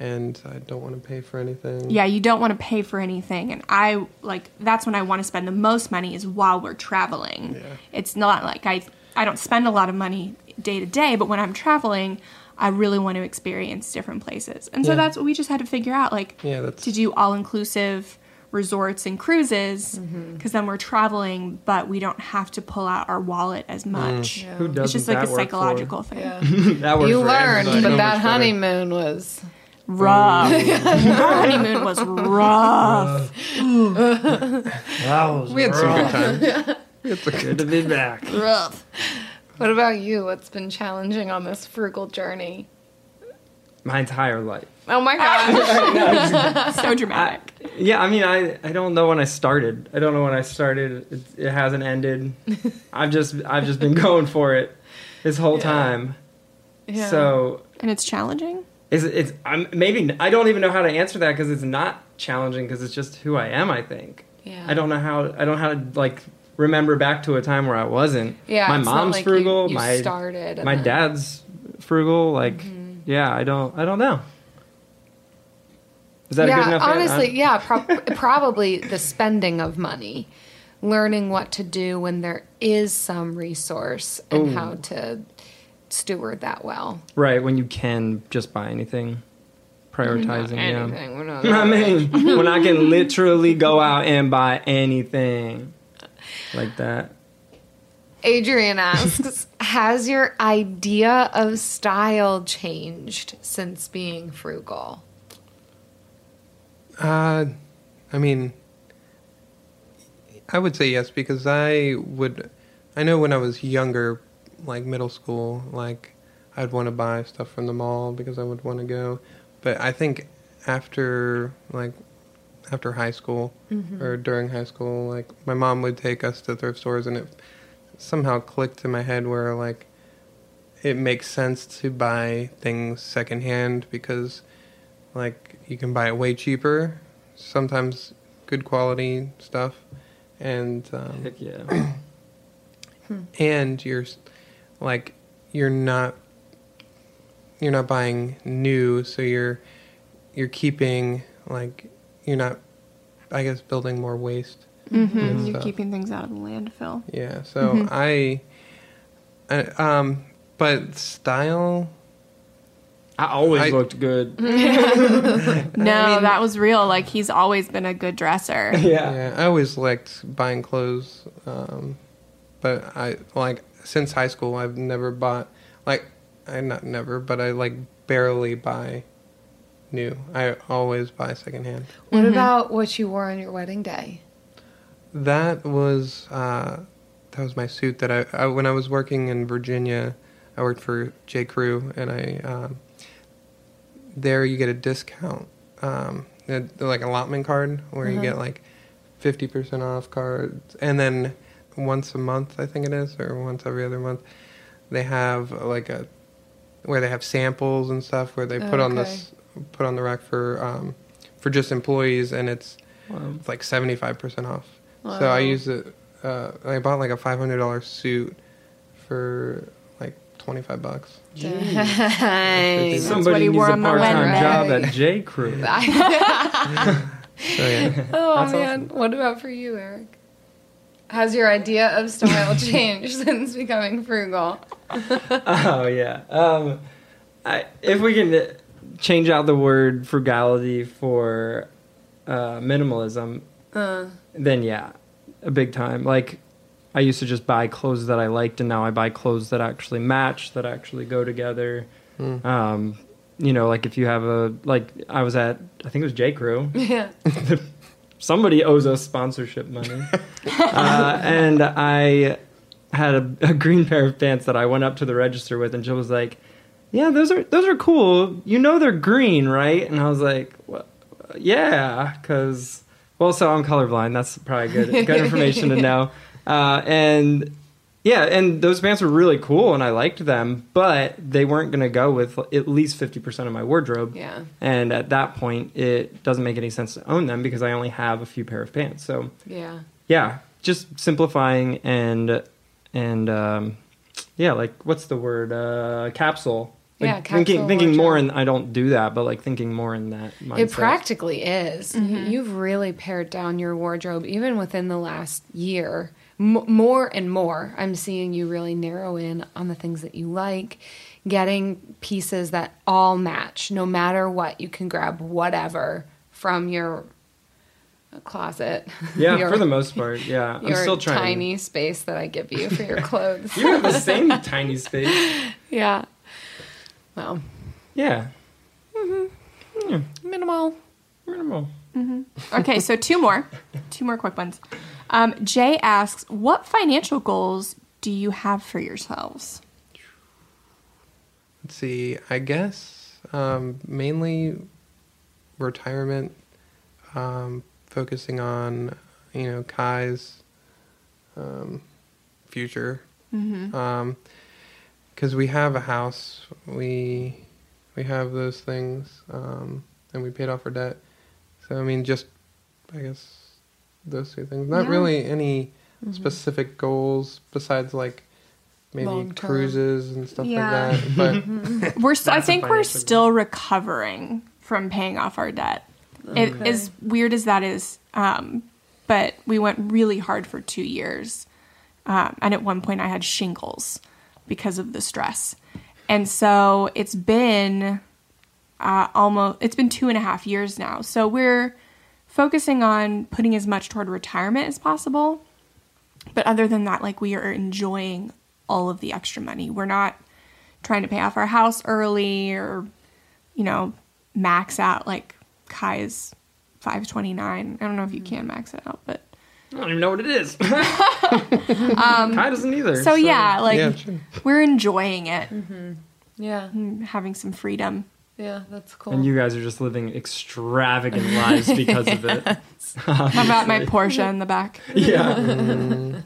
and I don't want to pay for anything.
Yeah, you don't want to pay for anything, and I like that's when I want to spend the most money is while we're traveling. It's not like I I don't spend a lot of money day to day, but when I'm traveling, I really want to experience different places, and so
Yeah.
that's what we just had to figure out, like
Yeah, that's-
to do all inclusive resorts and cruises, because then we're traveling, but we don't have to pull out our wallet as much.
Mm. Who doesn't
It's just like
that
a
work for?
psychological thing.
That works
You
for
learned, but
everybody.
So much
that
Oh. better.
honeymoon was
rough. Our honeymoon was rough.
That was
We had some good times. We had some
good to be back.
Rough. What about you? What's been challenging on this frugal journey?
My entire life.
Oh my gosh.
So dramatic.
Yeah, I mean, I, I don't know when I started. I don't know when I started. It, it hasn't ended. I've just I've just been going for it this whole time.
Yeah.
So
And it's challenging.
it's it's I'm maybe I don't even know how to answer that because it's not challenging because it's just who I am. I think.
Yeah.
I don't know how I don't how to like remember back to a time where I wasn't.
Yeah,
My
it's not
mom's
like you-
frugal.
you
my
started and
my
then- Mm-hmm.
dad's frugal. Like yeah, I don't I don't know. Is that a good
yeah,
enough? an-
honestly,
I-
yeah, prob- probably the spending of money, learning what to do when there is some resource and how to steward that well.
Right, when you can just buy anything. Prioritizing, yeah.
Anything, we're not-
I mean, when I can literally go out and buy anything like that.
Adrian asks, has your idea of style changed since being frugal?
Uh, I mean, I would say yes because I would. I know when I was younger, like middle school, like I'd want to buy stuff from the mall because I would want to go. But I think after like after high school
Mm-hmm.
or during high school, like my mom would take us to thrift stores, and it somehow clicked in my head where like it makes sense to buy things secondhand because like you can buy it way cheaper sometimes good quality stuff and um,
Heck yeah.
and you're s- like you're not you're not buying new so you're you're keeping like you're not i guess building more waste
Mm-hmm. You're
stuff.
keeping things out of the landfill.
yeah so I, I um but style
I always
I-
looked good.
Mm-hmm. No, that was real. Like he's always been a good dresser.
Yeah.
Yeah, I always liked buying clothes, um, but I like since high school I've never bought like I not never, but I like barely buy new. I always buy secondhand.
What about what you wore on your wedding day?
That was uh, that was my suit that I, I when I was working in Virginia, I worked for J Crew, and I um, there you get a discount, um, a- like allotment card where you get like fifty percent off cards, and then once a month I think it is, or once every other month, they have like a where they have samples and stuff where they put on this put on the rack for um, for just employees, and it's it's like seventy five percent off. So I used it. Uh, I bought like a five hundred dollar suit for like twenty five bucks. Nice.
That's what
Somebody
he
needs
wore
a
on the
part-time
wedding.
job at J Crew.
So yeah.
Oh
That's
man, what about for you, Eric? Has your idea of style changed since becoming frugal?
oh yeah. Um, I, if we can change out the word frugality for uh, minimalism, then yeah, a big time. Like I used to just buy clothes that I liked, and now I buy clothes that actually match, that actually go together. Um, you know, like if you have a like, I was at I think it was J Crew.
Yeah.
somebody owes us sponsorship money. uh, and I had a, a green pair of pants that I went up to the register with, and Jill was like, "Yeah, those are those are cool. You know they're green, right?" And I was like, well, "Yeah, because well, so I'm colorblind. That's probably good good information to know." Uh, and yeah, and those pants were really cool, and I liked them, but they weren't going to go with at least fifty percent of my wardrobe.
Yeah.
And at that point, it doesn't make any sense to own them because I only have a few pair of pants. So
Yeah.
yeah, just simplifying and and um, yeah, like what's the word? Uh, capsule. Like,
Yeah, capsule
thinking thinking more,
wardrobe.
and I don't do that, but like thinking more in that mindset. Mm-hmm.
It practically is. You've really pared down your wardrobe, even within the last year. M- more and more, I'm seeing you really narrow in on the things that you like, getting pieces that all match. No matter what, you can grab whatever from your closet.
yeah,
Your-
for the most part. Yeah, I'm
your
still trying.
tiny space that I give you for your clothes.
You have the same tiny space.
yeah. Well,
Yeah.
Minimal.
Minimal.
Mm-hmm. Okay, so two more. Two more quick ones. Um, Jay asks, what financial goals do you have for yourselves?
Let's see. I guess um, mainly retirement, um, focusing on you know Kai's um, future. Because we have a house, we we have those things, um, and we paid off our debt. So I mean, just I guess those two things. Not really any specific goals besides like maybe
Long-term.
cruises and stuff
Yeah.
like that. But
We're st- I
That's a
think we're
financial goal.
still recovering from paying off our debt.
Oh,
It, as weird as that is, um, but we went really hard for two years. Um, and at one point, I had shingles because of the stress. And so it's been uh, almost it's been two and a half years now. So we're focusing on putting as much toward retirement as possible. But other than that, like we are enjoying all of the extra money. We're not trying to pay off our house early or, you know, max out like Kai's 529. I don't know if you can max it out, but
I don't even know what it is. Kai doesn't either.
um, so, yeah, like
yeah, sure.
we're enjoying it,
Mm-hmm.
Mm,
Yeah.
having some freedom.
Yeah, that's cool.
And you guys are just living extravagant lives because of it.
How about my Porsche in the back?
Yeah. Mm-hmm.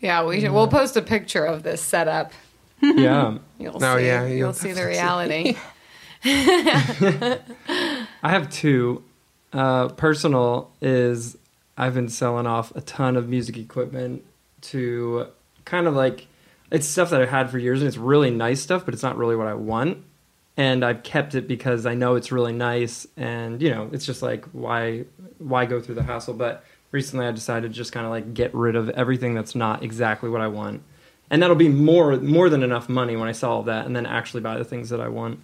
yeah, we should, we'll post a picture of this setup.
Yeah.
You'll
Oh,
see.
yeah,
you'll,
you'll
see the reality.
I have two. Uh, personal is I've been selling off a ton of music equipment to kind of like it's stuff that I've had for years and it's really nice stuff, but it's not really what I want. And I've kept it because I know it's really nice and you know, it's just like why why go through the hassle? But recently I decided to just kinda like get rid of everything that's not exactly what I want. And that'll be more more than enough money when I sell all that and then actually buy the things that I want.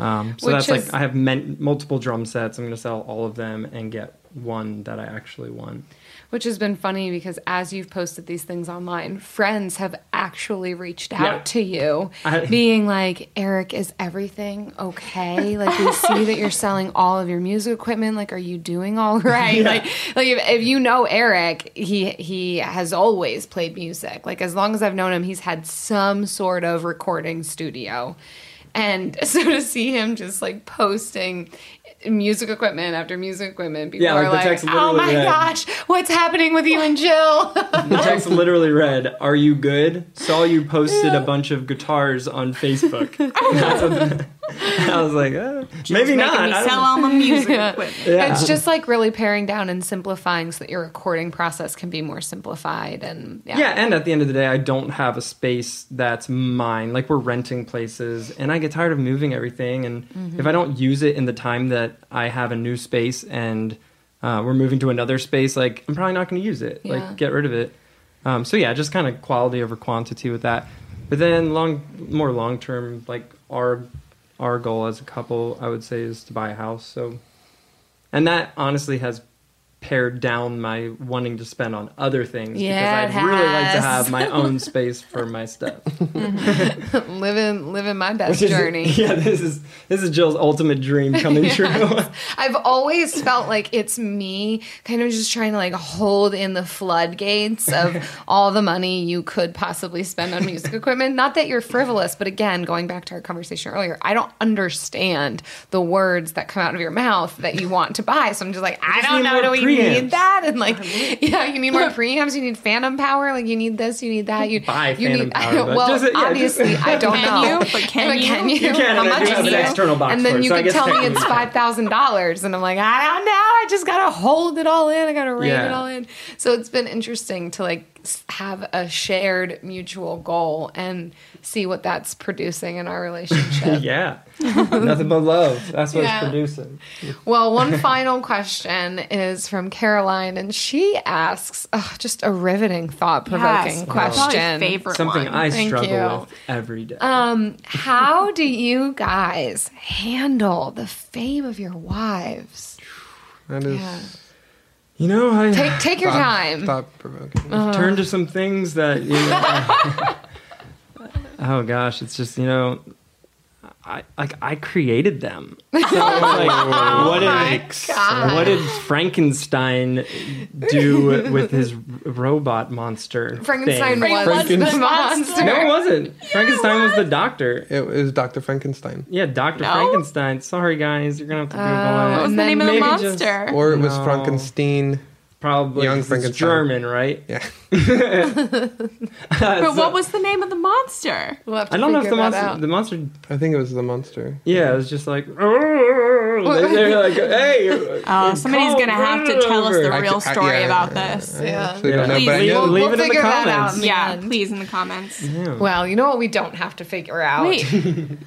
Um, so
Which
that's
is-
like I have men- multiple drum sets. I'm going to sell all of them and get one that I actually want.
Which has been funny because as you've posted these things online, friends have actually reached out
Yeah.
to you,
I-
being like, Eric, is everything okay? Like, we see that you're selling all of your music equipment. Like, are you doing all right? Like, like if, if you know Eric, he he has always played music. Like, as long as I've known him, he's had some sort of recording studio. And so to see him just like posting music equipment after music equipment, people
Yeah, like,
are
the
like,
text
oh
literally
my
read,
gosh. What's happening with you and Jill?
The text literally read, "Are you good?" Saw you posted a bunch of guitars on Facebook. That's what- I was like, uh, maybe not. I don't
sell
know.
all the music equipment.
Yeah.
It's just like really paring down and simplifying so that your recording process can be more simplified and yeah.
Yeah, and at the end of the day, I don't have a space that's mine. Like we're renting places, and I get tired of moving everything. And if I don't use it in the time that I have a new space and uh, we're moving to another space, like I'm probably not going to use it.
Yeah.
Like get rid of it. Um, so yeah, just kind of quality over quantity with that. But then long, more long term, like our our goal as a couple, I would say, is to buy a house. So and that honestly has pared down my wanting to spend on other things
Yeah,
because
it
I'd really like to
has.
have my own space for my stuff.
living living my best
This is-
journey.
yeah, this is this is Jill's ultimate dream coming true.
I've always felt like it's me kind of just trying to like hold in the floodgates of all the money you could possibly spend on music equipment. Not that you're frivolous, but again, going back to our conversation earlier, I don't understand the words that come out of your mouth that you want to buy. So I'm just like, I don't
need
know. Do
more
we
preamps.
need that? And like, yeah, you need more preamps. You need phantom power. Like, you need this. You need that. You
Buy
you
phantom
need,
power, but
well,
just- yeah, just-
obviously, I don't
Can
know.
you? But can you?
Oh. Can you?
You can,
How
and I
much
do have
is
an
it?
external box
And
for
then
it,
you
so I
can
guess
tell me
technically
it's
you can.
five thousand dollars, and I'm like, I don't know. I just gotta hold it all in. I gotta rein it
Yeah.
all in. So it's been interesting to like s- have a shared mutual goal and see what that's producing in our relationship.
yeah, nothing but love. That's what
Yeah.
it's producing.
Well, one final question is from Caroline, and she asks ugh, just a riveting, thought provoking
Yes, probably
question.
favorite
Something
one.
I
Thank
struggle
you.
with every day.
Um, how do you guys handle the fame of your wives?
that is
you know, I
Take take your time. Uh-huh.
thought provoking.
turn to some things that you know oh gosh it's just you know I, like I created them. So it's like,
Oh
what did what did Frankenstein do with his r- robot monster?
Frankenstein
Thing?
was
Frankenstein.
the monster.
No, it wasn't. Frankenstein was the doctor.
It was Dr. Frankenstein.
Yeah, Doctor Frankenstein. Sorry guys, you're gonna have to Google
Uh, What was
it.
the name of the
Maybe just-
monster?
Or it was
No.
Frankenstein.
Probably
Young
'cause
Frankenstein.
It's German, right?
Yeah.
but what was the name of the monster?
We'll have to
I don't know if
figure
the
that
monster.
out.
The monster.
I think it was the monster.
Yeah, it was just like. they- They're like, hey.
Oh, somebody's
Call
gonna have to
Brandon
tell us
over.
the
I
real
ca- I-
story
yeah,
about
yeah,
this.
I
Yeah.
actually don't know,
Please
but I
leave-
know-
leave it in the
figure that out
comments.
in the
Yeah,
end.
please in the comments.
Well, you know what we don't have to figure out.
Wait,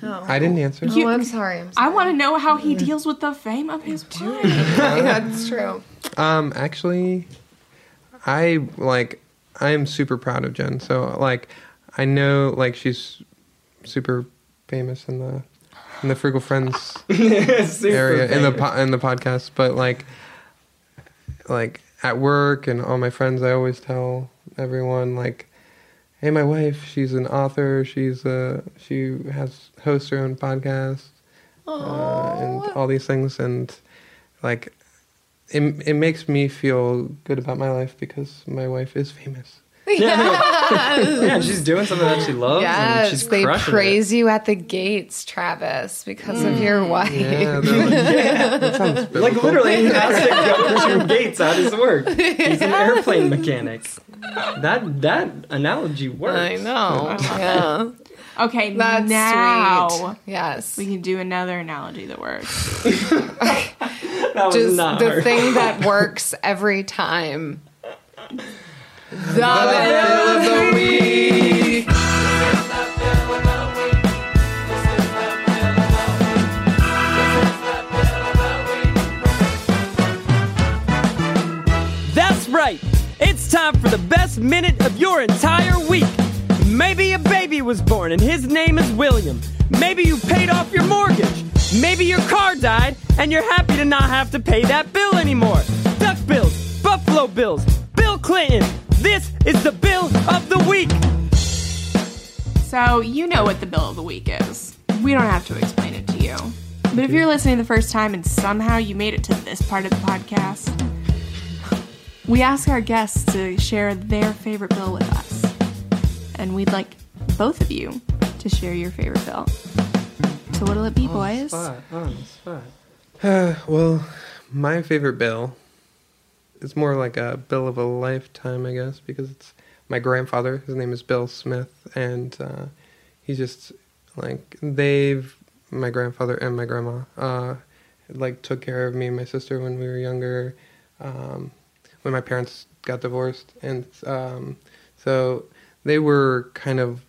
I didn't answer.
Oh, I'm sorry. I'm sorry.
I want to know how he deals with the fame of his wife.
yeah, that's true.
Um, actually, I like. I am super proud of Jen. So like, I know like she's super famous in the in the Frugal Friends
Super
area in the
famous.
po- in the podcast. But like, like at work and all my friends, I always tell everyone like, "Hey, my wife, she's an author. She's uh she has hosts her own podcast uh, and all these things and like." It, it makes me feel good about my life because my wife is famous.
Yeah, she's doing something that she loves. and
Yes,
she's
they
crushing it.
praise you at the gates, Travis, because of your wife.
Yeah, they're like, that
Mm.
sounds
Like
biblical."
literally, he has to go to Gates at his work. He's an airplane mechanic. That that analogy works.
I know. Yeah.
Okay,
That's
now
sweet. Yes.
we can do another analogy that works.
That was
Just
not
the
hard.
thing that works every time. The
That's right. It's time for the best minute of your entire week. Maybe a baby was born and his name is William. Maybe you paid off your mortgage. Maybe your car died and you're happy to not have to pay that bill anymore. Duck bills, Buffalo bills, Bill Clinton. This is the bill of the week.
So, you know what the bill of the week is. We don't have to explain it to you. But if you're listening the first time and somehow you made it to this part of the podcast, we ask our guests to share their favorite bill with us. And we'd like both of you to share your favorite bill. So, what'll it be,
Oh,
boys?
Uh, well, my favorite bill is more like a bill of a lifetime, I guess, because it's my grandfather. His name is Bill Smith, and uh, he's just like they've my grandfather and my grandma uh, like took care of me and my sister when we were younger, um, when my parents got divorced, and um, so they were kind of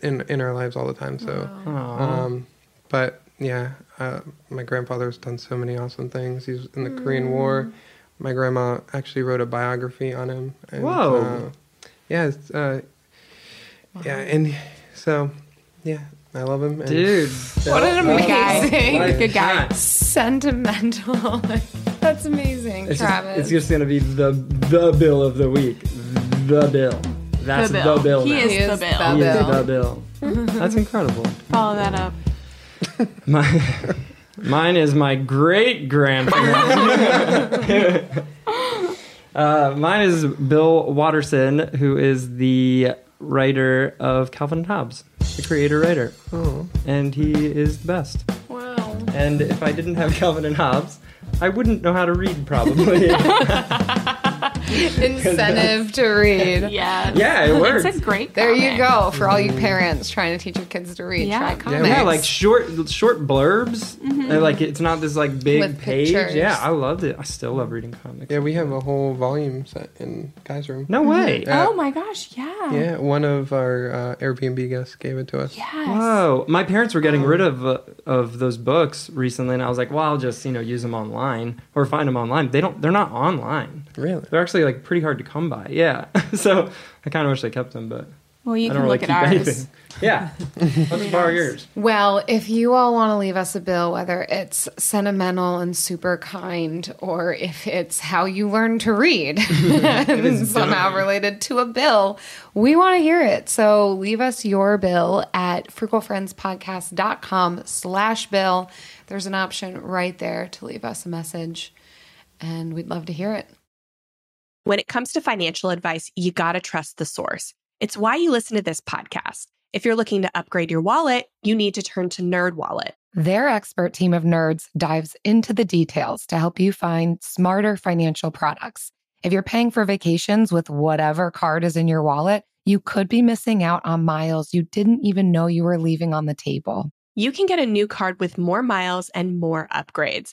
in in our lives all the time. So. Um, but yeah, uh, my grandfather's done so many awesome things. He's in the Korean
Mm.
War. My grandma actually wrote a biography on him. And,
Whoa.
uh, yeah. It's, uh, Yeah, and so yeah, I love him. And uh,
Dude,
What an
Good guy.
amazing,
Good guy.
sentimental. That's amazing,
It's just,
Travis.
it's just gonna be the the bill of the week. The bill. That's
The bill. he
now.
is,
He
the
is
bill.
the
He is
bill.
the bill. That's incredible.
Follow that up.
My, mine is my great grandparents. uh, mine is Bill Watterson, who is the writer of Calvin and Hobbes, the creator writer,
Oh,
and he is the best.
Wow.
And if I didn't have Calvin and Hobbes, I wouldn't know how to read probably.
Incentive to read.
Yeah.
yeah, it works.
It's a great
There you
comic.
go for all you parents trying to teach your kids to read.
Yeah.
Try
Yeah,
comics.
yeah, like short short blurbs.
Mm-hmm.
Uh, Like it's not this like big
With
page.
pictures.
Yeah, I loved it. I still love reading comics.
yeah, we have a whole volume set in Guy's room. Uh,
No way.
Oh my gosh, yeah.
Mm-hmm. Yeah, one of our uh, Airbnb guests gave it to us.
Yes. Oh.
Whoa! My parents were getting rid of uh, of those books recently, and I was like, "Well, I'll just you know use them online or find them online." They don't; they're not online.
Really?
They're actually like pretty hard to come by. Yeah, so I kind of wish they kept them, but
Well, you
I
can
don't really
look
keep
at ours.
anything. Yeah, let's borrow yours.
Well, if you all want to leave us a bill, whether it's sentimental and super kind, or if it's how you learn to read and somehow related to a bill, we want to hear it. So leave us your bill at frugalfriendspodcast.com slash bill. There's an option right there to leave us a message, and we'd love to hear it.
When it comes to financial advice, you got to trust the source. It's why you listen to this podcast. If you're looking to upgrade your wallet, you need to turn to NerdWallet.
Their expert team of nerds dives into the details to help you find smarter financial products. If you're paying for vacations with whatever card is in your wallet, you could be missing out on miles you didn't even know you were leaving on the table.
You can get a new card with more miles and more upgrades.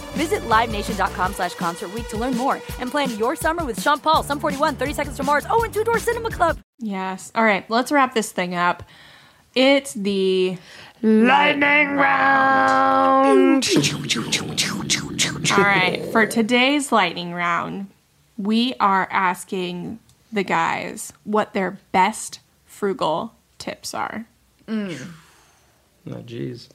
Visit LiveNation.com slash Concert Week to learn more and plan your summer with Sean Paul, Sum 41, 30 Seconds to Mars, oh, and Two Door Cinema Club.
Yes. All right, let's wrap this thing up. It's the
Lightning round.
All right, for today's lightning round, we are asking the guys what their best frugal tips are.
Oh, jeez.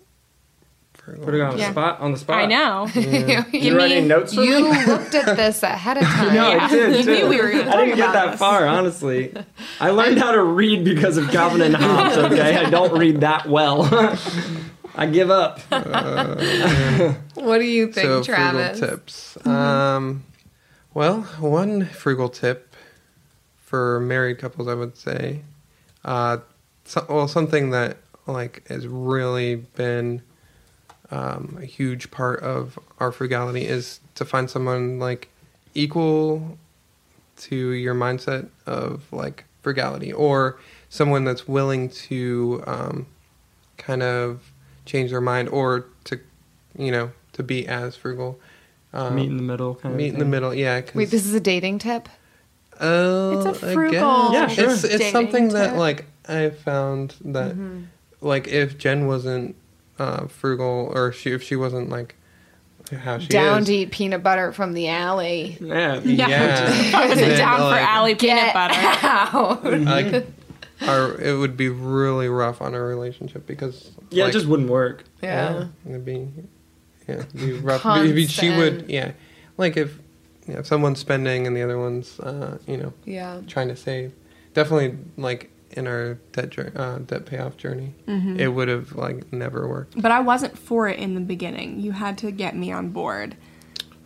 Put it on the spot. On the spot.
I know.
You write any notes for me?
You looked at this ahead of time.
No, I did.
You knew
too.
we were
I
gonna talk
didn't get
about
that
this.
far, honestly. I learned how to read because of Calvin and Hobbes. Okay, I don't read that well. I give up.
Uh,
What do you think,
so
Travis?
frugal tips. Um, well, one frugal tip for married couples, I would say, uh, so, well, something that like has really been um, a huge part of our frugality is to find someone like equal to your mindset of like frugality or someone that's willing to um, kind of change their mind or to you know to be as frugal um,
Meet in the middle, kind of
meet in the
thing.
middle yeah 'cause-
Wait, this is a dating tip?
Oh,
It's a
I
frugal
guess.
Yeah,
sure.
It's, it's
dating
something that
tip. Mm-hmm.
like I found that like if Jen wasn't uh, frugal or she if she wasn't like how she
Down
is,
to eat peanut butter from the alley.
Yeah.
yeah,
I was
then,
down for
like,
alley peanut butter.
Ow.
like, our, it would be really rough on our relationship because
Yeah,
like,
it just wouldn't work.
Yeah.
it'd be yeah it'd be rough. It'd be- she would
Constant.
yeah like if yeah, if someone's spending and the other one's uh, you know
Yeah.
trying to save. Definitely, like in our debt jour- uh, debt payoff journey,
Mm-hmm.
it would have like never worked.
But I wasn't for it in the beginning. You had to get me on board.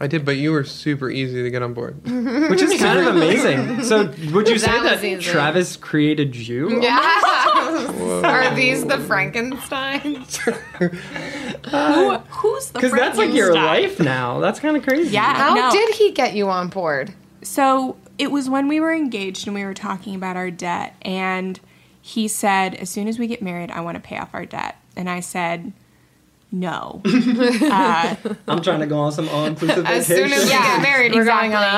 I did, but you were super easy to get on board.
Which is kind of amazing. So, would you say
That was
that
easy.
Travis created you?
Are these the Frankensteins?
Who, who's the
Because that's like your life now. That's kind of crazy.
Yeah.
How
no.
did he get you on board?
So it was when we were engaged and we were talking about our debt, and he said, As soon as we get married, I want to pay off our debt. And I said, No. Uh,
I'm trying to go on some all-inclusive
As soon as
vacation.
we get married, we're going on a
exactly.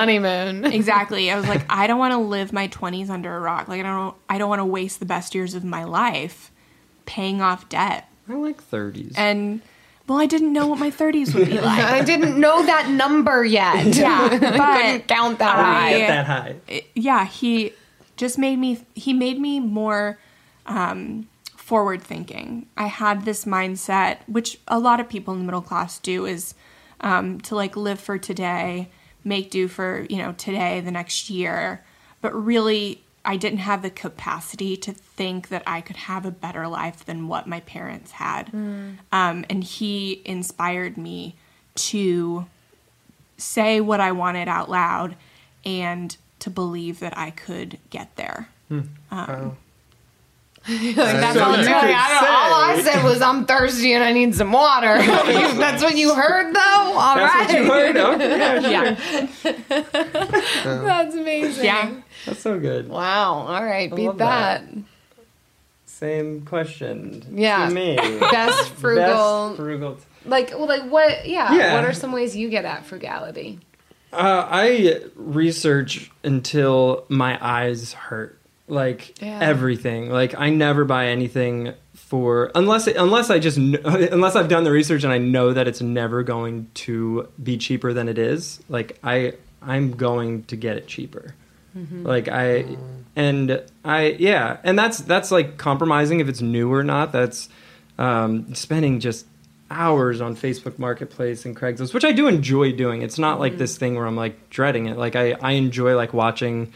honeymoon.
exactly. I was like, I don't want to live my 20s under a rock. Like, I don't, I don't want to waste the best years of my life paying off debt.
I like 30s.
And, well, I didn't know what my 30s would be like.
I didn't know that number yet.
yeah.
Couldn't
But,
count that
I-
high.
Get that high.
yeah, he just made me, he made me more um, forward thinking. I had this mindset, which a lot of people in the middle class do, is um, to like live for today, make do for, you know, today, the next year. But really, I didn't have the capacity to think that I could have a better life than what my parents had.
Hmm.
Um, and he inspired me to say what I wanted out loud and to believe that I could get there.
Hmm.
Um,
Wow.
That's all,
you
I'm telling
could
you. I don't- all I said was I'm thirsty and I need some water. You- That's what you heard, though. All right,
That's what you heard. Okay, yeah, sure.
That's amazing.
Yeah.
That's so good.
Wow. All right. Beat
love
that.
that. Same question.
Yeah.
To me.
Best frugal.
Best frugal.
Like, well, like what? Yeah.
Yeah.
What are some ways you get at frugality?
Uh, I research until my eyes hurt. Like
Yeah.
everything. Like I never buy anything for unless unless I just kn- unless I've done the research and I know that it's never going to be cheaper than it is. Like I I'm going to get it cheaper. Like I and I yeah, and that's that's like compromising if it's new or not. That's um, spending just hours on Facebook Marketplace and Craigslist, which I do enjoy doing. It's not like this thing where I'm like dreading it. Like I I enjoy like watching.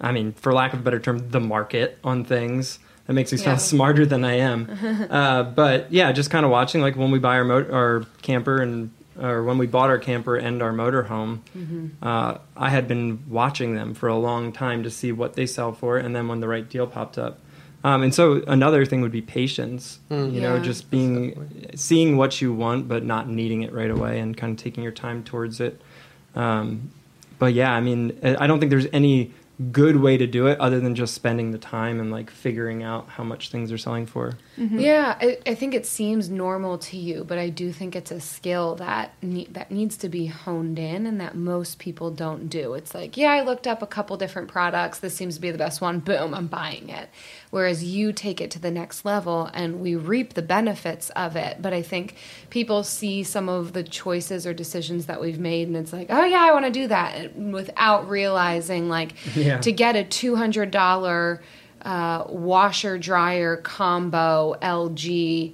I mean, for lack of a better term, the market on things. That makes me sound smarter than I am. uh, but yeah, just kind of watching like when we buy our mo- our camper and or when we bought our camper and our motorhome,
Mm-hmm.
uh, I had been watching them for a long time to see what they sell for, and then when the right deal popped up. Um, and so another thing would be patience. You know,
Yeah.
just being seeing what you want, but not needing it right away, and kind of taking your time towards it. Um, but yeah, I mean, I I don't think there's any good way to do it other than just spending the time and like figuring out how much things are selling for.
Yeah, I, I think it seems normal to you, but I do think it's a skill that ne- that needs to be honed in, and that most people don't do. It's like, yeah, I looked up a couple different products. This seems to be the best one. Boom, I'm buying it. Whereas you take it to the next level, and we reap the benefits of it. But I think people see some of the choices or decisions that we've made, and it's like, oh yeah, I want to do that, and without realizing like
Yeah.
to get a two hundred dollar uh, washer dryer combo LG.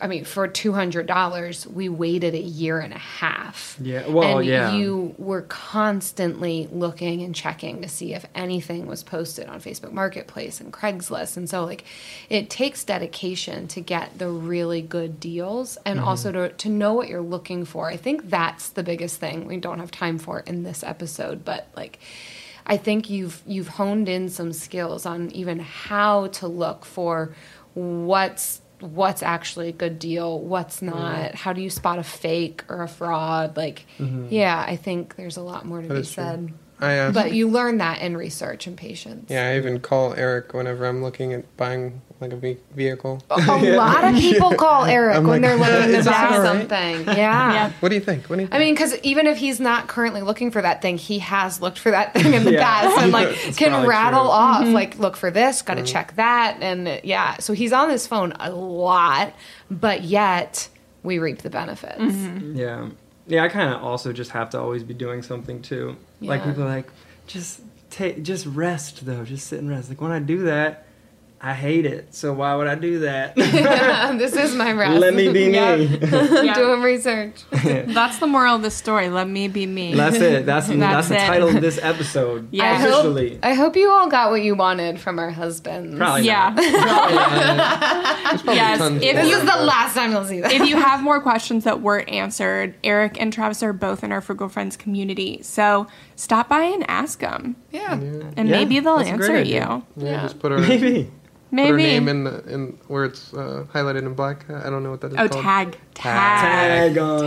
I mean, for two hundred dollars, we waited a year and a half.
Yeah, well,
and
yeah.
You were constantly looking and checking to see if anything was posted on Facebook Marketplace and Craigslist, and so like, it takes dedication to get the really good deals, and
Mm-hmm.
also to to know what you're looking for. I think that's the biggest thing we don't have time for in this episode, but like. I think you've you've honed in some skills on even how to look for what's what's actually a good deal, what's
Mm-hmm.
not. How do you spot a fake or a fraud? Like, yeah, I think there's a lot more to be
is true.
said.
I asked.
But you learn that in research and patience.
yeah, I even call Eric whenever I'm looking at buying like a ve- vehicle.
A lot of people call Eric
I'm
when
like,
they're looking to
"Is that
buy
all right?"
something. Yeah.
Yeah.
What do you think? What do you think?
I mean, because even if he's not currently looking for that thing, he has looked for that thing in the past and like
It's
can
probably
rattle
true.
off like look for this, got to
Mm-hmm.
check that, and uh, yeah. So he's on his phone a lot, but yet we reap the benefits.
Yeah. Yeah, I kind of also just have to always be doing something too. Like
Yeah.
people are like just take just rest though, just sit and rest. Like when I do that, I hate it. So why would I do that?
this is my rest.
Let me be me.
Yeah.
doing research.
That's the moral of the story. Let me be me.
That's it. That's that's, the
it.
title of this episode.
Yeah.
I hope,
Officially.
I hope you all got what you wanted from our husbands.
Probably
yeah.
Uh,
yes.
tons
If
more.
This
you
is the last time you'll see that.
if you have more questions that weren't answered, Eric and Travis are both in our Frugal Friends community. So stop by and ask them,
yeah.
and
Yeah,
maybe they'll
that's a great
answer
idea.
you.
yeah, just put our,
not.
put
Maybe.
our
Maybe.
name in the in where it's uh, highlighted in black. I don't know what that is
oh,
called.
tag. Tag.
Tag on.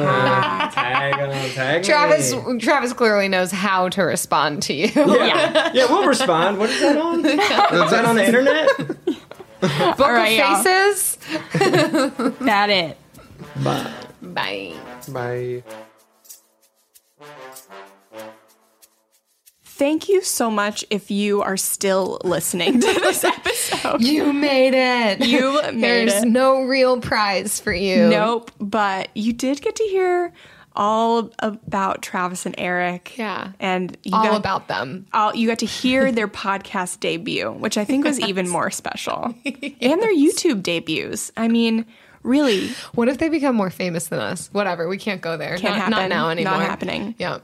Tag on. Tag
Travis,
me.
Travis clearly knows how to respond to you.
Yeah. yeah, we'll respond. What is that on? is that on the internet?
Book
All right, y'all.
of faces.
That it.
Bye.
Bye.
By
Thank you so much if you are still listening to this episode.
You made it.
You made
There's
it.
no real prize for you.
Nope, but you did get to hear all about Travis and Eric.
Yeah.
And you
All
got,
about them.
all, you got to hear their podcast debut, which I think was even more special. And their YouTube debuts. I mean, really
What if they become more famous than us? Whatever. We can't go there.
Can't
not, not
happen.
now
Not
anymore.
happening.
Yeah.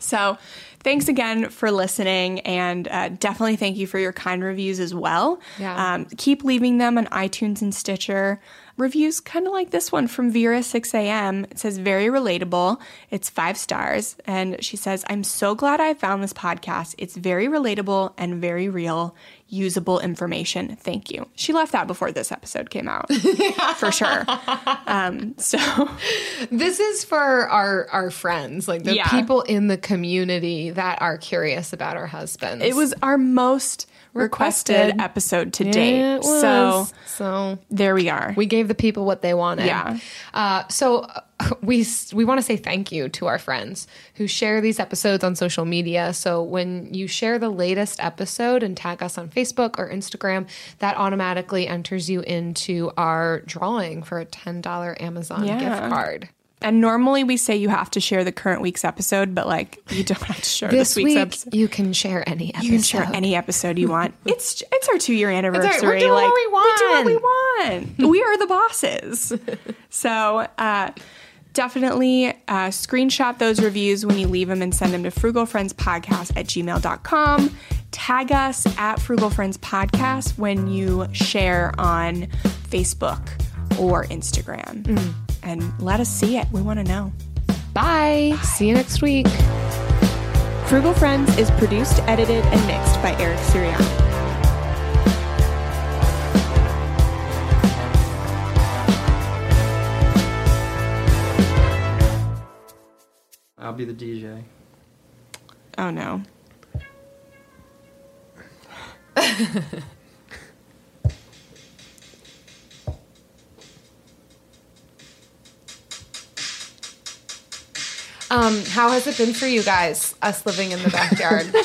So, thanks again for listening, and uh, definitely thank you for your kind reviews as well.
Yeah.
Um, keep leaving them on iTunes and Stitcher.
Reviews kind of like this one from Vera 6am. It says, very relatable. It's five stars. And she says, I'm so glad I found this podcast. It's very relatable and very real, usable information. Thank you. She left that before this episode came out, for sure. Um, so.
This is for our our friends, like the
Yeah.
people in the community that are curious about our husbands.
It was our most requested,
Requested.
episode to
Yeah,
date.
it was.
So
so
there we are.
we gave the people what they wanted.
Yeah.
Uh, so uh, we s- we want to say thank you to our friends who share these episodes on social media. So when you share the latest episode and tag us on Facebook or Instagram, that automatically enters you into our drawing for a ten dollar Amazon
Yeah.
gift card.
and normally we say you have to share the current week's episode, but like you don't have to share this,
This
week's
week
episode.
you can share any episode.
You can share any episode you want. It's it's our two year anniversary.
doing what
like,
we want.
We do what we want. we are the bosses. So uh, definitely uh, screenshot those reviews when you leave them and send them to frugalfriendspodcast at gmail.com. Tag us at Frugal Friends Podcast when you share on Facebook or Instagram.
Mm.
And let us see it. We want to know.
Bye. See you next week.
Frugal Friends is produced, edited, and mixed by Eric Siriano.
I'll be the DJ.
Oh no.
Um, how has it been for you guys? Us living in the backyard.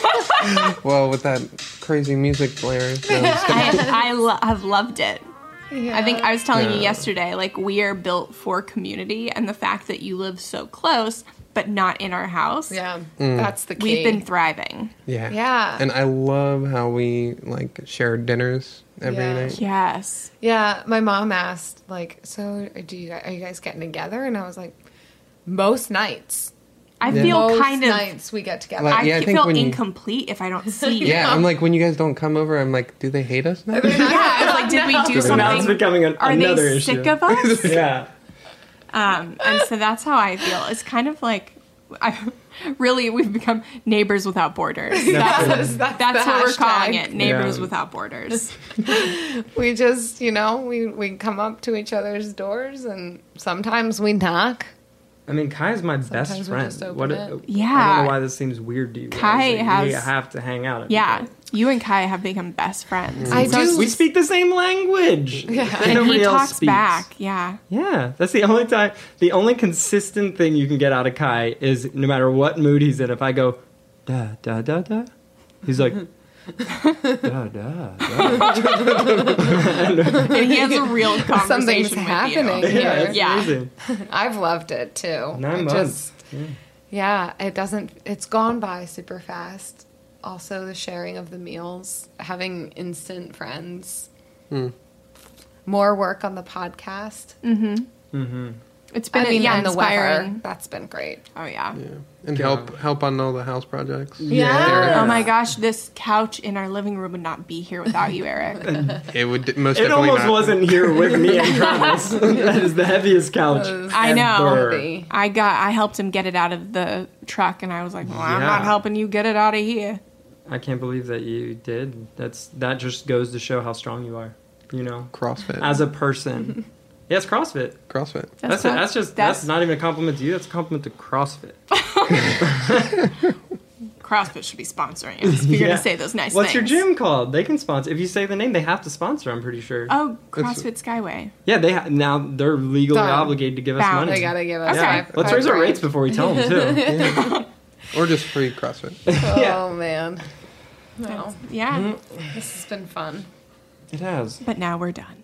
Well, with that crazy music blaring, no, it's good.
I, I lo- have loved it. I think I was telling you yesterday, like we are built for community, and the fact that you live so close but not in our house,
yeah,
Mm.
that's the key.
we've been thriving.
yeah,
Yeah.
And I love how we like share dinners every
Yeah.
night.
Yes,
Yeah, my mom asked, like, so do you are you guys getting together? And I was like, most nights,
I feel
most
kind of.
nights we get together.
Like-
I
Yeah, I
ke-
think
feel
when you-
incomplete if I don't see you.
Yeah, I'm like when you guys don't come over, I'm like, do they hate us now?
Yeah, I was like, did we do
Now it's
something?
becoming an,
Are
another
they
issue.
sick of us?
yeah.
Um, and so that's how I feel. It's kind of like, I, really, we've become neighbors without borders. That's,
that's
that's
the
what we're
hashtag.
calling it, neighbors
Yeah.
without borders.
we just, you know, we we come up to each other's doors, and sometimes we knock.
I mean, Kai's my
we
best
just
friend.
open
What?
it.
I don't
Yeah.
know why this seems weird to you. guys.
Kai
Like, We
has-
have to hang out. every
Yeah,
day.
you and Kai have become best friends.
I do.
We speak the same language. Yeah.
and he talks back. Yeah,
Yeah, that's the only time. The only consistent thing you can get out of Kai is no matter what mood he's in. If I go da da da da, he's like da da da.
and he has a real conversation.
Something's
with you.
happening
Yeah,
here.
it's
Yeah.
amazing.
I've loved it too.
Nine
I
months.
yeah, it doesn't. It's gone by super fast. Also, the sharing of the meals, having instant friends,
Hmm.
more work on the podcast.
Mm,
Mm-hmm.
It's been
I mean,
yeah,
and the
inspiring.
weather. That's been great.
Oh yeah.
and help help on all the house projects.
Oh my gosh, this couch in our living room would not be here without you, Eric.
It would d- most
It
definitely
almost
not.
wasn't here with me and Travis. that is the heaviest couch.
I
ever.
know. I got. I helped him get it out of the truck, and I was like, "Well, I'm not
Yeah.
helping you get it out of here."
I can't believe that you did. That's that just goes to show how strong you are. You know,
CrossFit.
as a person. yes, CrossFit.
CrossFit.
That's
not-
it. That's just
that's-
that's not even a compliment to you. That's a compliment to CrossFit.
CrossFit should be sponsoring us. If you're
Yeah.
gonna say those nice
What's
things.
your gym called? They can sponsor. If you say the name, they have to sponsor. I'm pretty sure.
Oh, CrossFit Skyway.
yeah, they ha- now they're legally
Done.
obligated to give us
Bound.
money.
They gotta give us.
Okay.
yeah.
Five,
Let's
five
raise our
grand.
rates before we tell them too.
Or just free CrossFit.
Oh man. No,
Yeah,
this has been fun.
it has.
but now we're done.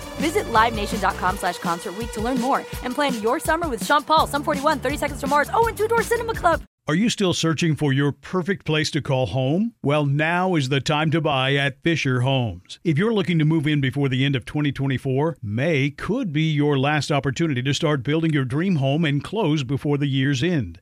Visit LiveNation.com slash Concert Week to learn more and plan your summer with Sean Paul, Sum 41, 30 Seconds to Mars, oh, and Two Door Cinema Club.
Are you still searching for your perfect place to call home? Well, now is the time to buy at Fisher Homes. If you're looking to move in before the end of 2024, May could be your last opportunity to start building your dream home and close before the year's end.